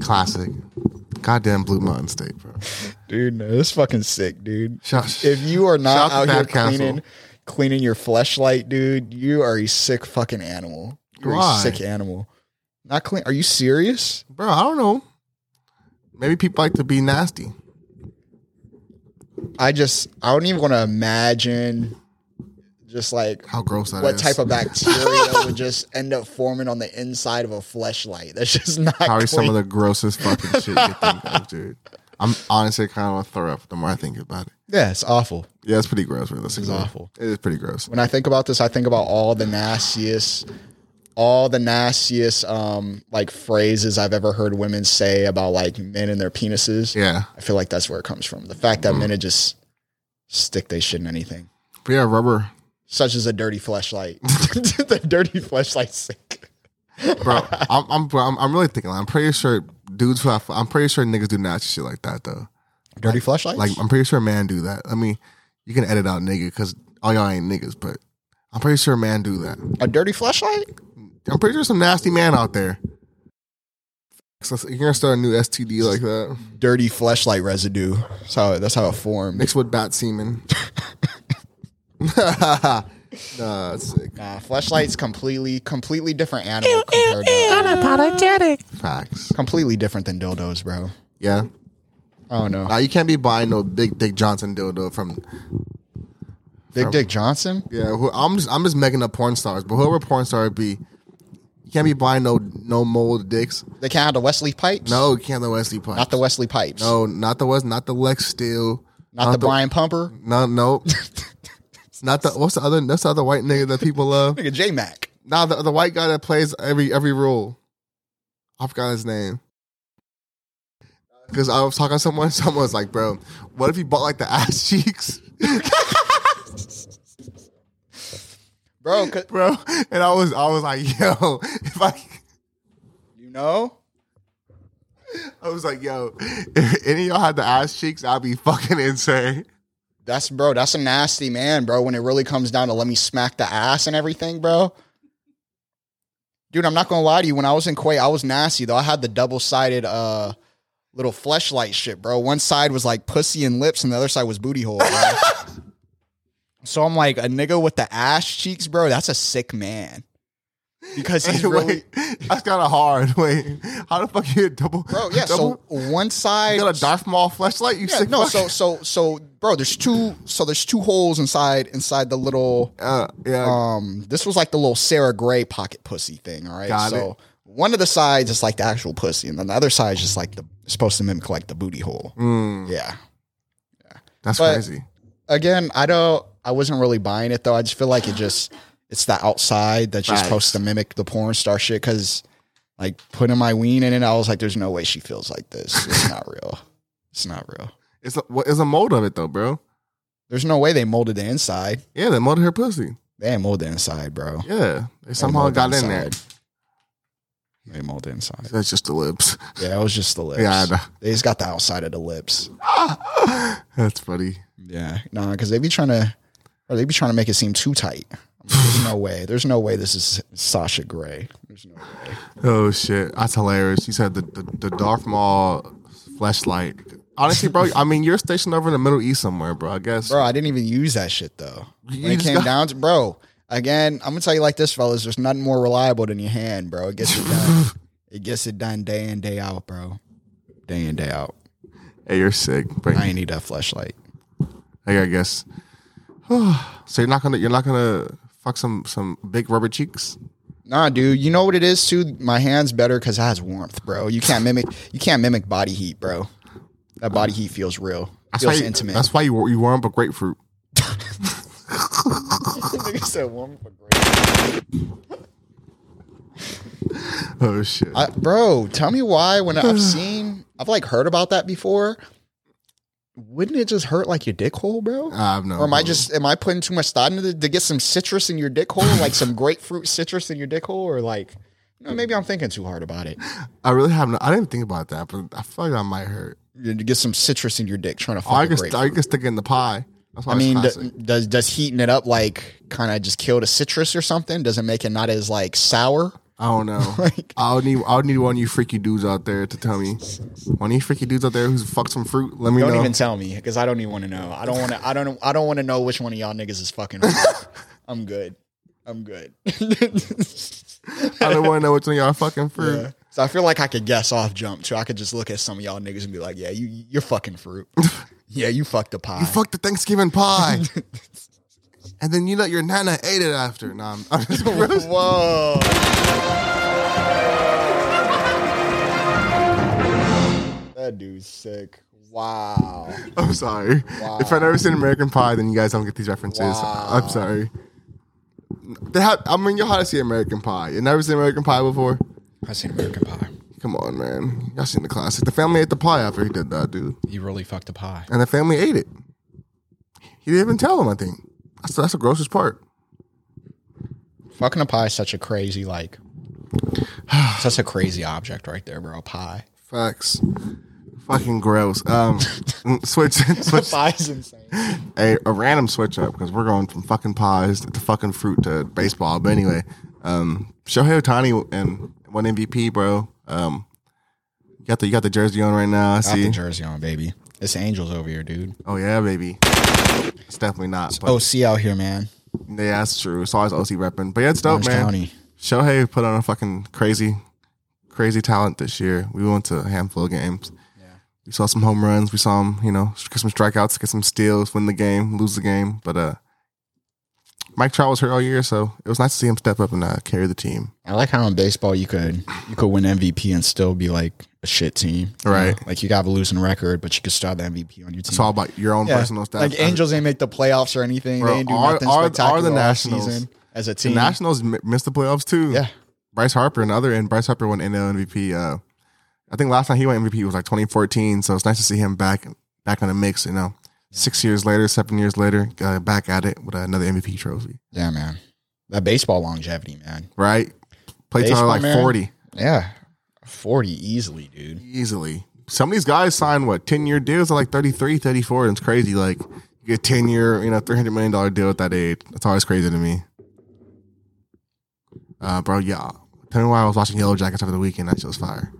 S1: Classic. Goddamn Blue Mountain State, bro.
S2: dude, no, this fucking sick, dude.
S1: Shush.
S2: If you are not
S1: Shout out
S2: out
S1: to
S2: here
S1: Dad Castle.
S2: cleaning, cleaning your fleshlight, dude, you are a sick fucking animal. You're
S1: Why?
S2: a sick animal. Not clean. Are you serious?
S1: Bro, I don't know. Maybe people like to be nasty.
S2: I just I don't even want to imagine just like
S1: How gross that is.
S2: what type of bacteria would just end up forming on the inside of a fleshlight. That's just not
S1: probably some
S2: clean.
S1: of the grossest fucking shit you think of, dude. I'm honestly kind of want to throw up the more I think about it.
S2: yeah, it's awful.
S1: Yeah, it's pretty gross. Realistically,
S2: It's awful.
S1: It is pretty gross.
S2: when I think about this, I think about all the nastiest, all the nastiest um like phrases I've ever heard women say about like men and their penises.
S1: Yeah,
S2: I feel like that's where it comes from. The fact that men just stick they shit in anything.
S1: but yeah, rubber,
S2: Such as a dirty flashlight. the dirty flashlight sick.
S1: bro. I'm, I'm I'm I'm really thinking. I'm pretty sure dudes who have, I'm pretty sure niggas do nasty shit like that though.
S2: Dirty flashlight?
S1: Like I'm pretty sure man do that. I mean, you can edit out nigga because all y'all ain't niggas, but I'm pretty sure man do that.
S2: a dirty flashlight?
S1: I'm pretty sure some nasty man out there. So you're gonna start a new STD like that
S2: Dirty flashlight residue. That's how that's how it formed.
S1: mixed with bat semen. nah, that's sick.
S2: Nah, flashlight's completely, completely different animal compared to
S1: Facts.
S2: completely different than dildos, bro.
S1: Yeah.
S2: I don't know.
S1: Nah, you can't be buying no big Dick Johnson dildo from.
S2: Big Dick Johnson?
S1: Yeah, who, I'm just I'm just making up porn stars, but whoever porn star it be, you can't be buying no no mold dicks.
S2: They can't have the Wesley pipes.
S1: No, you can't the Wesley Pipes.
S2: not the Wesley pipes.
S1: No, not the West, not the Lex Steel,
S2: not, the, Brian Pumper.
S1: No, no. Not the what's the other that's the other white nigga that people love.
S2: Nigga J Mac.
S1: Nah, the, the white guy that plays every every role. I forgot his name. Because I was talking to someone, someone was like, bro, what if you bought like the ass cheeks?
S2: bro. 'cause-
S1: Bro. And I was I was like, yo, if I
S2: you know,
S1: I was like, yo, if any of y'all had the ass cheeks, I'd be fucking insane.
S2: that's bro. That's a nasty man, bro. When it really comes down to let me smack the ass and everything, bro. Dude, I'm not gonna lie to you. When I was in Kuwait, I was nasty though. I had the double sided uh little fleshlight shit, bro. One side was like pussy and lips, and the other side was booty hole. Bro. so I'm like a nigga with the ass cheeks, bro. That's a sick man. Because he's
S1: Hey,
S2: really
S1: wait, that's kind of hard. Wait, how the fuck you a double?
S2: Bro, yeah.
S1: double,
S2: So one side,
S1: you got a Darth Maul flashlight? You
S2: yeah,
S1: sick?
S2: no.
S1: fuck?
S2: So so so, bro. There's two. So there's two holes inside inside the little.
S1: uh, yeah.
S2: Um, this was like the little Sarah Gray pocket pussy thing. All right.
S1: Got
S2: so one of the sides is like the actual pussy, and then the other side is just like the supposed to mimic like the booty hole.
S1: Mm.
S2: Yeah.
S1: that's
S2: but-
S1: crazy.
S2: Again, I don't. I wasn't really buying it though. I just feel like it just it's the outside that's just
S1: Facts.
S2: supposed to mimic the porn star shit. Because like putting my ween in it, I was like, there's no way she feels like this. It's not real. It's not real.
S1: It's a, what is a mold of it though, bro?
S2: There's no way they molded the inside.
S1: Yeah, they molded her pussy.
S2: They ain't molded the inside, bro.
S1: Yeah, they
S2: They
S1: somehow
S2: molded
S1: got
S2: the
S1: in there.
S2: inside. They molded the inside.
S1: That's just the lips.
S2: Yeah, it was just the lips.
S1: Yeah, I know.
S2: They just got the outside of the lips.
S1: That's funny.
S2: Yeah. Nah, because they be trying to, or they be trying to make it seem too tight. There's no way. There's no way this is Sasha Gray. There's no way.
S1: Oh shit, that's hilarious. You said the the, the Darth Maul flashlight. Honestly, bro, I mean you're stationed over in the Middle East somewhere, bro. I guess.
S2: Bro, I didn't even use that shit though.
S1: You
S2: When it
S1: just
S2: came
S1: got-
S2: down to, bro, again, I'm gonna tell you like this, fellas. There's nothing more reliable than your hand, bro. It gets it done. it gets it done day in day out, bro. Day in day out.
S1: Hey, you're sick. Bring,
S2: I
S1: hey,
S2: ain't need that flashlight.
S1: I guess. so you're not gonna you're not gonna fuck some some big rubber cheeks.
S2: Nah, dude. You know what it is too. My hands better because it has warmth, bro. You can't mimic. You can't mimic body heat, bro. That body heat feels real.
S1: That's why
S2: feels
S1: you,
S2: intimate.
S1: That's why you you warm up a grapefruit. Oh shit.
S2: I, bro, tell me why when I've seen, I've like heard about that before. Wouldn't it just hurt like your dick hole, bro?
S1: Uh, I have no
S2: Or am I
S1: clue.
S2: just am I putting too much thought into it to get some citrus in your dick hole, like some grapefruit citrus in your dick hole, or like no, maybe I'm thinking too hard about it.
S1: I really have no. I didn't think about that, but I feel like that might hurt.
S2: To get some citrus in your dick, trying to fuck
S1: Or Oh, I
S2: a
S1: can
S2: grapefruit.
S1: st- I can stick it in the pie. That's why
S2: I mean,
S1: it's
S2: does,
S1: classic.
S2: does does heating it up like kind of just kill the citrus or something? Does it make it not as like sour?
S1: I don't know.
S2: Like-
S1: I'll need I'll need one of you freaky dudes out there to tell me. One of you freaky dudes out there who's fucked some fruit. Let me
S2: Don't
S1: know.
S2: even tell me because I don't even want to know. I don't want to. I don't. I don't want to know which one of y'all niggas is fucking. I'm good. I'm good.
S1: I don't want to know which one of y'all fucking fruit.
S2: Yeah. Uh, So I feel like I could guess off jump too. I could just look at some of y'all niggas and be like, "Yeah, you you're fucking fruit. yeah, you fucked the pie.
S1: You fucked the Thanksgiving pie, and then you let your nana ate it after. Nah, I'm, I'm just
S2: Whoa. that dude's sick. Wow.
S1: I'm sorry. If I've never seen American Pie, then you guys don't get these references. I'm sorry. They have, I mean, y'all had to see American Pie. You never seen American Pie before?
S10: I've seen American Pie.
S1: Come on, man. Y'all seen the classic. The family ate the pie after he did that, dude.
S10: He really fucked a pie.
S1: And the family ate it. He didn't even tell them, I think. That's, that's the grossest part.
S2: Fucking a pie is such a crazy like.
S10: That's a crazy object right there, bro. A pie.
S1: Facts. Fucking gross. Um, switch, switch.
S2: Pie is insane.
S1: a, a random switch up because we're going from fucking pies to fucking fruit to baseball. But anyway, um, Shohei Otani and one MVP, bro. Um, you got the you got the jersey on right now. I
S10: Got
S1: see.
S10: the jersey on, baby. It's the Angels over here, dude.
S1: Oh yeah, baby. It's definitely not. But
S10: OC out here, man.
S1: yeah, that's true. It's always OC repping. But yeah, it's dope,
S10: Orange
S1: man.
S10: County.
S1: Shohei put on a fucking crazy, crazy talent this year. We went to a handful of games. We saw some home runs. We saw him, you know, get some strikeouts, get some steals, win the game, lose the game. But uh, Mike Trout was hurt all year, so it was nice to see him step up and uh, carry the team.
S10: I like how in baseball you could you could win MVP and still be like a shit team, you know?
S1: Right.
S10: Like you got a losing record, but you could still have the MVP on your team.
S1: It's all about your own
S2: Yeah.
S1: personal stuff. Uh,
S2: Like Angels ain't make the playoffs or anything.
S1: Bro,
S2: they ain't do
S1: are-
S2: nothing
S1: are- are
S2: spectacular
S1: the
S2: all
S1: Nationals-
S2: season as a
S1: the
S2: team.
S1: Nationals m- missed the playoffs too.
S2: yeah.
S1: Bryce Harper and other and Bryce Harper won NL MVP. Uh, I think last time he won MVP was like 2014. So it's nice to see him back back on the mix. You know, six years later, seven years later, uh, back at it with another MVP trophy.
S2: Yeah, man. That baseball longevity, man.
S1: Right? Played till I was,
S2: Baseball,
S1: like
S2: man.
S1: 40
S2: Yeah. 40 easily, dude.
S1: easily. Some of these guys sign what 10 year deals are like 33, 34. And it's crazy. Like you get 10 year, you know, $300 million deal at that age. That's always crazy to me. Uh, bro, yeah. Tell me why I was watching Yellow Jackets over the weekend. That shit was fire.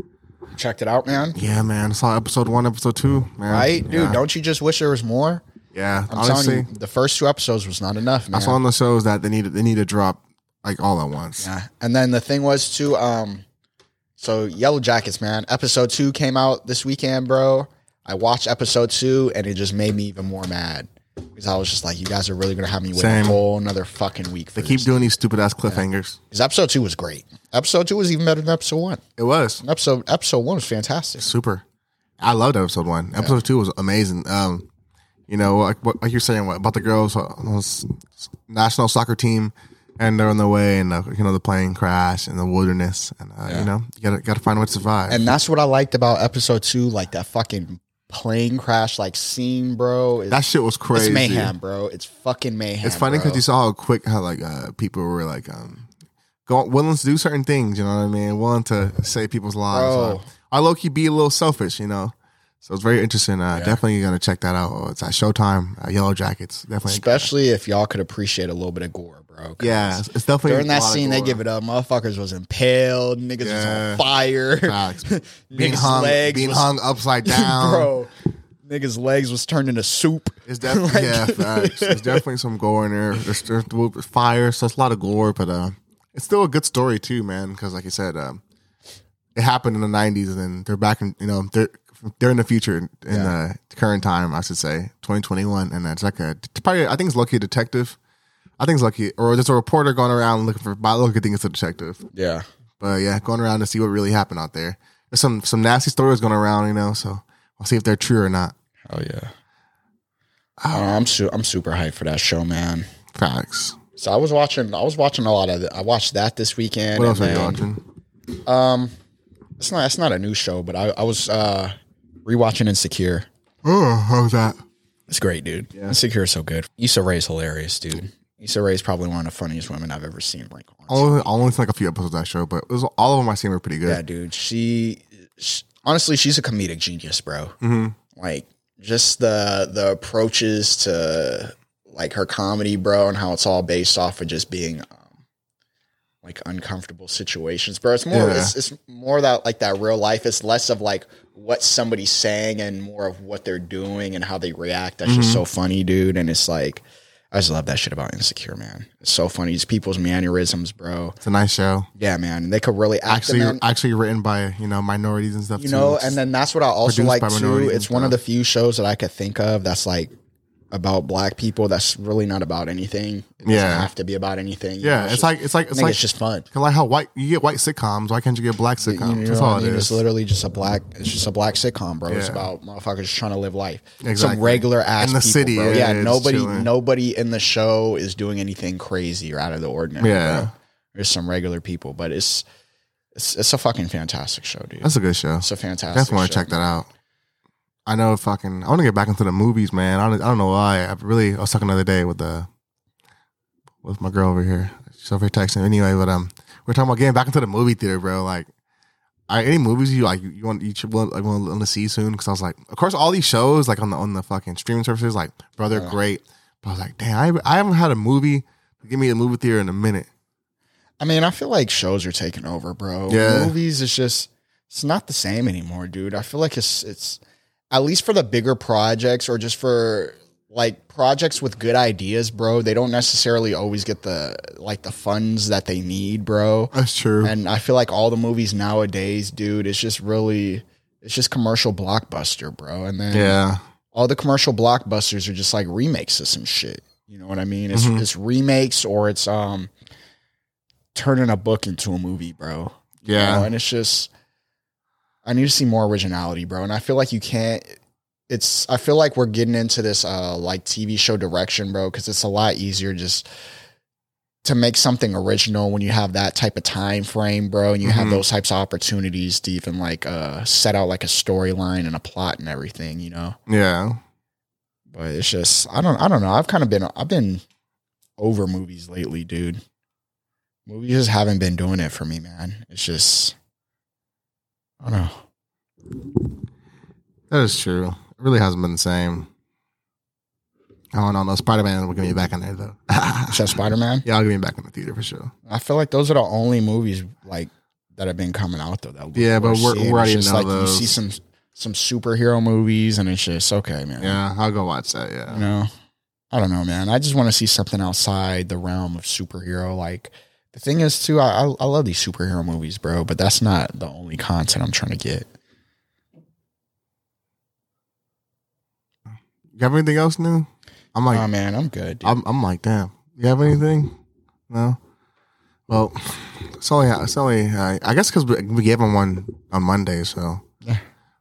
S2: Checked it out, man.
S1: Yeah, man. I saw episode one, episode two, man.
S2: Right? Dude,
S1: Yeah.
S2: don't you just wish there was more?
S1: Yeah,
S2: I'm
S1: honestly,
S2: telling you, the first two episodes was not enough, man.
S1: that's one of the shows that they need. They need to drop like all at once.
S2: Yeah. And then the thing was too, um, so Yellow Jackets, man, episode two came out this weekend, bro. I watched episode two and it just made me even more mad. Because I was just like, you guys are really gonna have me wait
S1: Same.
S2: a whole another fucking week for
S1: They keep
S2: this.
S1: doing these stupid ass cliffhangers.
S2: Because episode two was great. Episode two was even better than episode one.
S1: It was
S2: Episode episode one was fantastic.
S1: super. I loved episode one. Episode two was amazing. Um, you know, like what like you're saying what, about the girls uh, those national soccer team, and they're on their way, and uh, you know the plane crash in the wilderness, and uh, you know you gotta gotta find a way to survive.
S2: And that's what I liked about episode two, like that fucking plane crash like scene, bro. It's,
S1: that shit was crazy.
S2: it's mayhem, bro. It's fucking mayhem.
S1: It's funny
S2: bro.
S1: because you saw how quick how like uh, people were like um going willing to do certain things. You know what I mean? Willing to save people's lives.
S2: Bro.
S1: Uh, I low key be a little selfish, you know. So it's very interesting. Uh, Definitely gonna check that out. Oh, It's at Showtime. Uh, Yellow Jackets. Definitely.
S2: especially if y'all could appreciate a little bit of gore, bro. 'Cause
S1: yeah, it's, it's definitely
S2: During that
S1: a lot of
S2: scene, they
S1: gore.
S2: give it up. Motherfuckers was impaled. Niggas was
S1: Yeah.
S2: on fire.
S1: Facts. being
S2: Niggas'
S1: hung,
S2: legs
S1: being
S2: was-
S1: hung upside down.
S2: bro. Niggas' legs was turned into soup.
S1: It's definitely yeah, facts. There's definitely some gore in there. There's, there's fire, so it's a lot of gore, but uh, it's still a good story too, man. Because like you said, um, it happened in the '90s, and then they're back in you know they're they're in the future in the current time, I should say, 2021, and it's like a it's probably I think it's lucky a detective. I think it's lucky, or just a reporter going around looking for. But I look, I think it's a detective.
S2: Yeah.
S1: But yeah, going around to see what really happened out there. There's some some nasty stories going around, you know. So I'll see if they're true or not.
S2: Oh yeah. I'm su- I'm super hyped for that show, man.
S1: Facts.
S2: So I was watching I was watching a lot of it. I watched that this weekend.
S1: What else
S2: and
S1: are you
S2: then-
S1: watching?
S2: It's not it's not a new show, but I, I was uh rewatching Insecure.
S1: Oh, how's that?
S2: It's great, dude. Insecure is so good. Issa Rae's hilarious, dude. Issa Rae's probably one of the funniest women I've ever seen. Like, on
S1: Only, only like a few episodes of that show, but it was, all of them I seen were pretty good.
S2: Yeah, dude. She, sh honestly, she's a comedic genius, bro.
S1: Mm-hmm.
S2: Like just the the approaches to like her comedy, bro, and how it's all based off of just being um, like uncomfortable situations, bro. It's more
S1: Yeah.
S2: it's, it's more that like that real life. It's less of like what somebody's saying and more of what they're doing and how they react. That's just so
S1: Mm-hmm.
S2: funny, dude. And it's like. I just love that shit about Insecure, man. It's so funny. These people's mannerisms, bro.
S1: It's a nice show.
S2: Yeah, man. They could really act
S1: Actually,
S2: them in.
S1: actually written by you know minorities and stuff.
S2: uh, you
S1: too.
S2: know
S1: It's-
S2: and then that's what i also
S1: produced
S2: like
S1: by
S2: too
S1: minorities
S2: it's
S1: and
S2: one of the
S1: stuff.
S2: few shows that i could think of that's like about black people that's really not about anything it doesn't
S1: Yeah.
S2: have to be about anything you know,
S1: yeah, it's, like it's like
S2: I
S1: it's
S2: think
S1: like
S2: it's just fun
S1: Cause like how white you get white sitcoms, why can't you get black
S2: you
S1: sitcoms?
S2: know
S1: That's
S2: what I
S1: all it
S2: mean?
S1: is.
S2: it's literally just a black it's just a black sitcom bro it's
S1: Yeah.
S2: about motherfuckers just trying to live life
S1: Exactly.
S2: some regular ass
S1: In the
S2: people,
S1: city,
S2: bro.
S1: yeah,
S2: yeah,
S1: it's
S2: nobody
S1: chilling.
S2: nobody in the show is doing anything crazy or out of the ordinary
S1: Yeah.
S2: bro. there's some regular people but it's it's, it's a fucking fantastic show dude
S1: That's a good show.
S2: it's a fantastic
S1: Definitely want
S2: show,
S1: to check that out. I know fucking. I want to get back into the movies, man. I don't, I don't know why. I really I was talking the other day with the with my girl over here. She's over here texting anyway. But um, we're talking about getting back into the movie theater, bro. Like, are any movies you like you, you want you should want, like, want, to see soon? Because I was like, of course, all these shows like on the on the fucking streaming services, like bro, they're great. But I was like, damn, I, I haven't had a movie give me a movie theater in a minute.
S2: I mean, I feel like shows are taking over, bro.
S1: Yeah.
S2: Movies is just it's not the same anymore, dude. I feel like it's it's at least for the bigger projects or just for like projects with good ideas, bro. They don't necessarily always get the like the funds that they need, bro.
S1: That's true.
S2: And I feel like all the movies nowadays, dude, it's just really it's just commercial blockbuster, bro. And then
S1: yeah,
S2: all the commercial blockbusters are just like remakes of some shit. You know what I mean? It's
S1: Mhm.
S2: it's remakes or it's um turning a book into a movie, bro. You
S1: Yeah.
S2: know, and it's just I need to see more originality, bro. And I feel like you can't it's I feel like we're getting into this uh like TV show direction, bro, cuz it's a lot easier just to make something original when you have that type of time frame, bro, and you have those types of opportunities to even like uh set out like a storyline and a plot and everything, you know.
S1: Yeah.
S2: But it's just I don't I don't know. I've kind of been I've been over movies lately, dude. Movies just haven't been doing it for me, man. It's just I don't know.
S1: That is true. It really hasn't been the same. I don't know. No, Spider Man will get me back in there though.
S2: Except Spider Man.
S1: yeah, I'll get me back in the theater for sure.
S2: I feel like those are the only movies like that have been coming out though. That
S1: Yeah, but
S2: worth
S1: we're-
S2: seeing.
S1: we already
S2: It's just
S1: know
S2: like
S1: those.
S2: you see some some superhero movies and it's just okay, man.
S1: Yeah, I'll go watch that. Yeah.
S2: You know, I don't know, man. I just want to see something outside the realm of superhero. Like the thing is, too, I I, I love these superhero movies, bro. But that's not the only content I'm trying to get.
S1: You have anything else new? I'm like,
S2: oh man, I'm good. Dude.
S1: I'm, I'm like, damn. You have anything? No. Well, it's only, it's only. uh, I, I guess because we, we gave him one on Monday, so
S2: Yeah.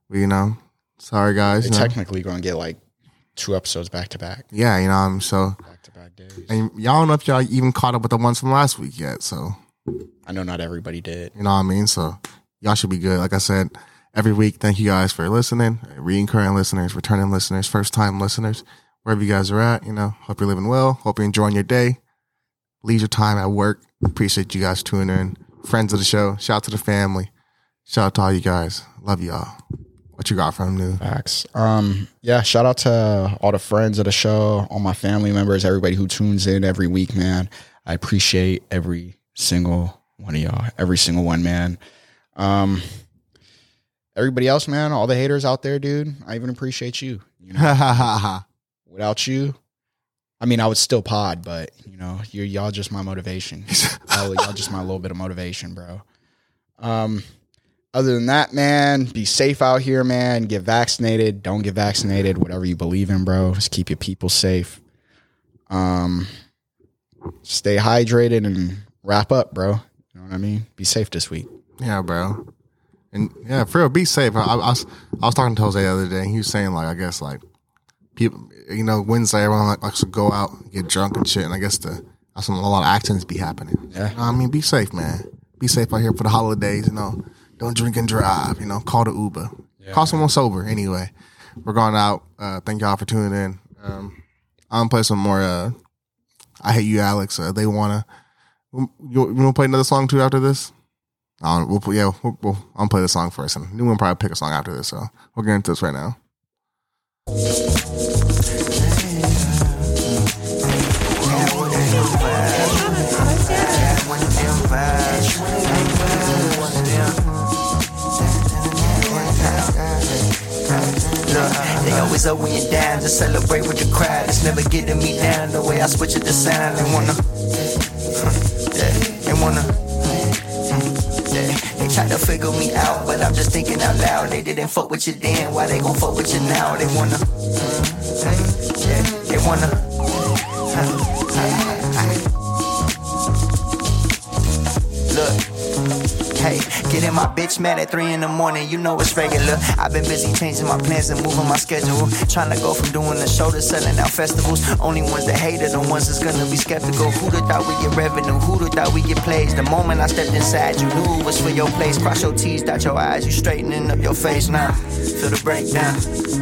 S1: we, you know, sorry guys.
S2: They're
S1: you know.
S2: technically going to get like two episodes back to back,
S1: yeah, you know, I'm so.
S2: back to back days.
S1: And y'all don't know if y'all even caught up with the ones from last week yet, so
S2: I know not everybody did.
S1: You know what I mean? So y'all should be good. Like I said, every week, thank you guys for listening, recurring listeners, returning listeners, first time listeners, wherever you guys are at, you know, hope you're living well. Hope you're enjoying your day. Leisure time at work. Appreciate you guys tuning in. Friends of the show. Shout out to the family. Shout out to all you guys. Love y'all. What you got from new?
S2: Facts. Um, yeah, shout out to all the friends of the show, all my family members, everybody who tunes in every week, man. I appreciate every single one of y'all, every single one, man. Um, everybody else, man, all the haters out there, dude, I even appreciate you. You know, without you, I mean, I would still pod, but you know, you y'all just my motivation. y'all, y'all just my little bit of motivation, bro. Um, other than that, man, be safe out here, man. Get vaccinated. Don't get vaccinated. Whatever you believe in, bro. Just keep your people safe. Um, stay hydrated and wrap up, bro. You know what I mean? Be safe this week.
S1: Yeah, bro. And yeah, for real, be safe. I, I, was, I was talking to Jose the other day. And he was saying like, I guess like people, you know, Wednesday everyone like likes to go out, get drunk and shit. And I guess the that's when a lot of accidents be happening.
S2: Yeah.
S1: I mean, be safe, man. Be safe out here for the holidays. You know, don't drink and drive. You know, call the Uber. Call someone sober. Anyway, we're going out. Uh, thank y'all for tuning in. Um, I'm gonna play some more. Uh, I hate you, Alex. Uh, they wanna. You, you wanna play another song too after this? I don't, we'll, pl- yeah, we'll, we'll, I'll play the song first, and then we'll probably pick a song after this. So we'll get into this right now.
S7: They always up when you're down, just celebrate with the crowd. It's never getting me down the way I switch it to sound. They wanna, yeah, they wanna. yeah. They try to figure me out, but I'm just thinking out loud. They didn't fuck with you then, why they gon' fuck with you now? They wanna, yeah, they wanna. Look. Hey, get in my bitch mad at 3 in the morning, you know it's regular. I've been busy changing my plans and moving my schedule. Trying to go from doing the show to selling out festivals. Only ones that hate are the ones that's gonna be skeptical. Who'da thought we get revenue? Who'da thought we get plays? The moment I stepped inside, you knew it was for your place. Cross your T's, dot your I's, you straightening up your face now. Feel the breakdown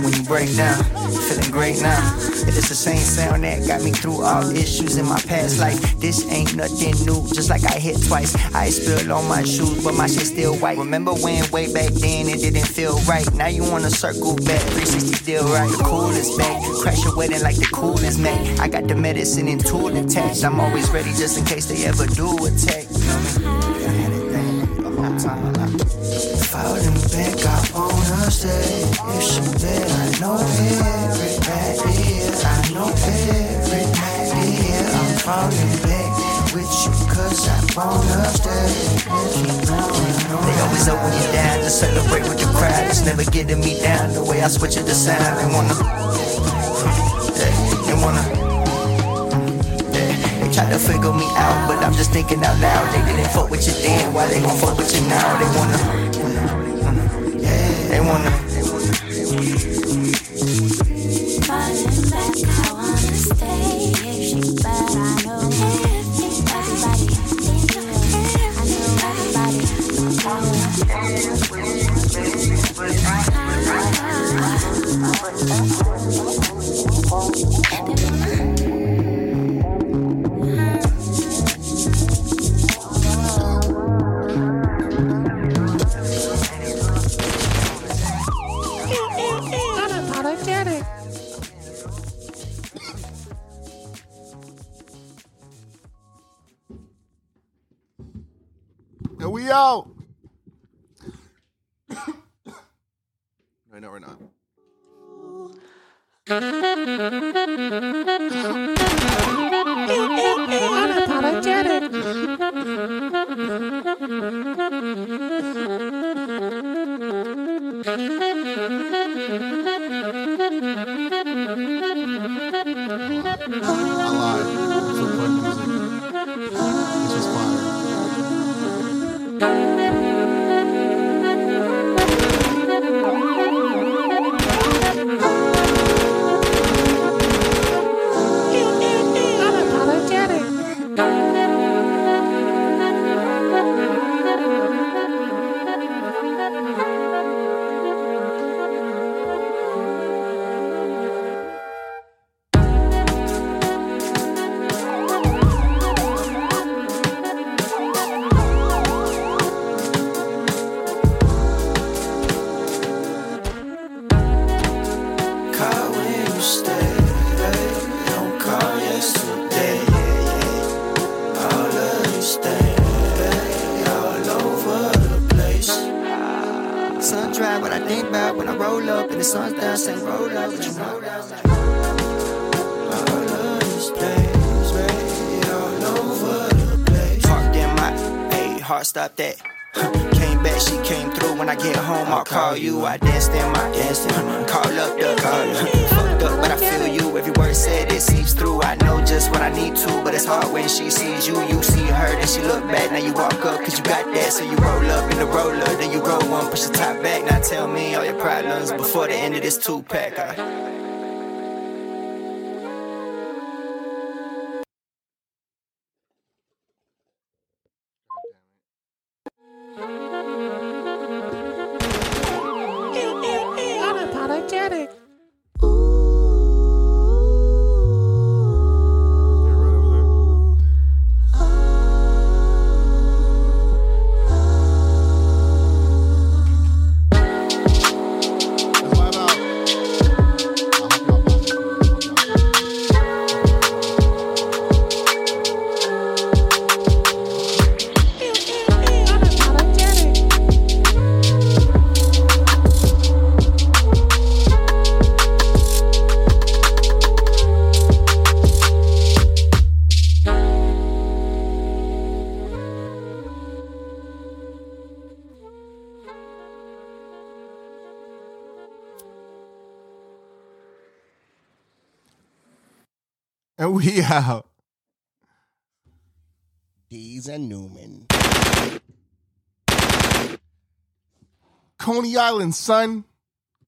S7: when you break down. Feeling great now. It is the same sound that got me through all issues in my past life. This ain't nothing new, just like I hit twice. I spilled on my shoes, but my shit still white. Remember when way back then it didn't feel right? Now you wanna circle back, 360 deal right. The coolest back, crash your wedding like the coolest man. I got the medicine and tool attached. I'm always ready just in case they ever do attack. You know what I mean? I had it down the whole time. If I wouldn't back, I wanna stay. If she bet, I know every idea. I know every idea. I'm falling back with you, cause I wanna stay. They always up when you down, just celebrate with the crowd. It's never getting me down the way I switch it to sound. They wanna, yeah, they wanna. They try to figure me out, but I'm just thinking out loud. They didn't fuck with you then, why they gon' fuck with you now? They wanna, they wanna.
S5: Falling back, I wanna stay. If she bad, I know every
S1: yo. no, no, we're not. I lied. So fuck music. This was fire.
S7: Call when you stay, babe. Don't call yesterday. All of you stay, babe. All over the place. Sun dry, what I think about when I roll up and the sun's down, say roll up, but you roll out. like- All of these days, babe, all over the place. Parked in my, ayy, heart stop that. Came back, she came through. When I get home, I'll call you. I danced in my dancing. Call up the call. Fucked up, but I feel you. Every word said, it seeps through. I know just what I need to, but it's hard when she sees you. You see her, then she look back. Now you walk up, cause you got that. So you roll up in the roller, then you roll one, push the top back. Now tell me all your problems before the end of this Uh, two pack.
S1: You're right over there. That's my about. I hope y'all bought this. I hope y'all bought this. And we out.
S9: Dees and Newman.
S1: Coney Island, son.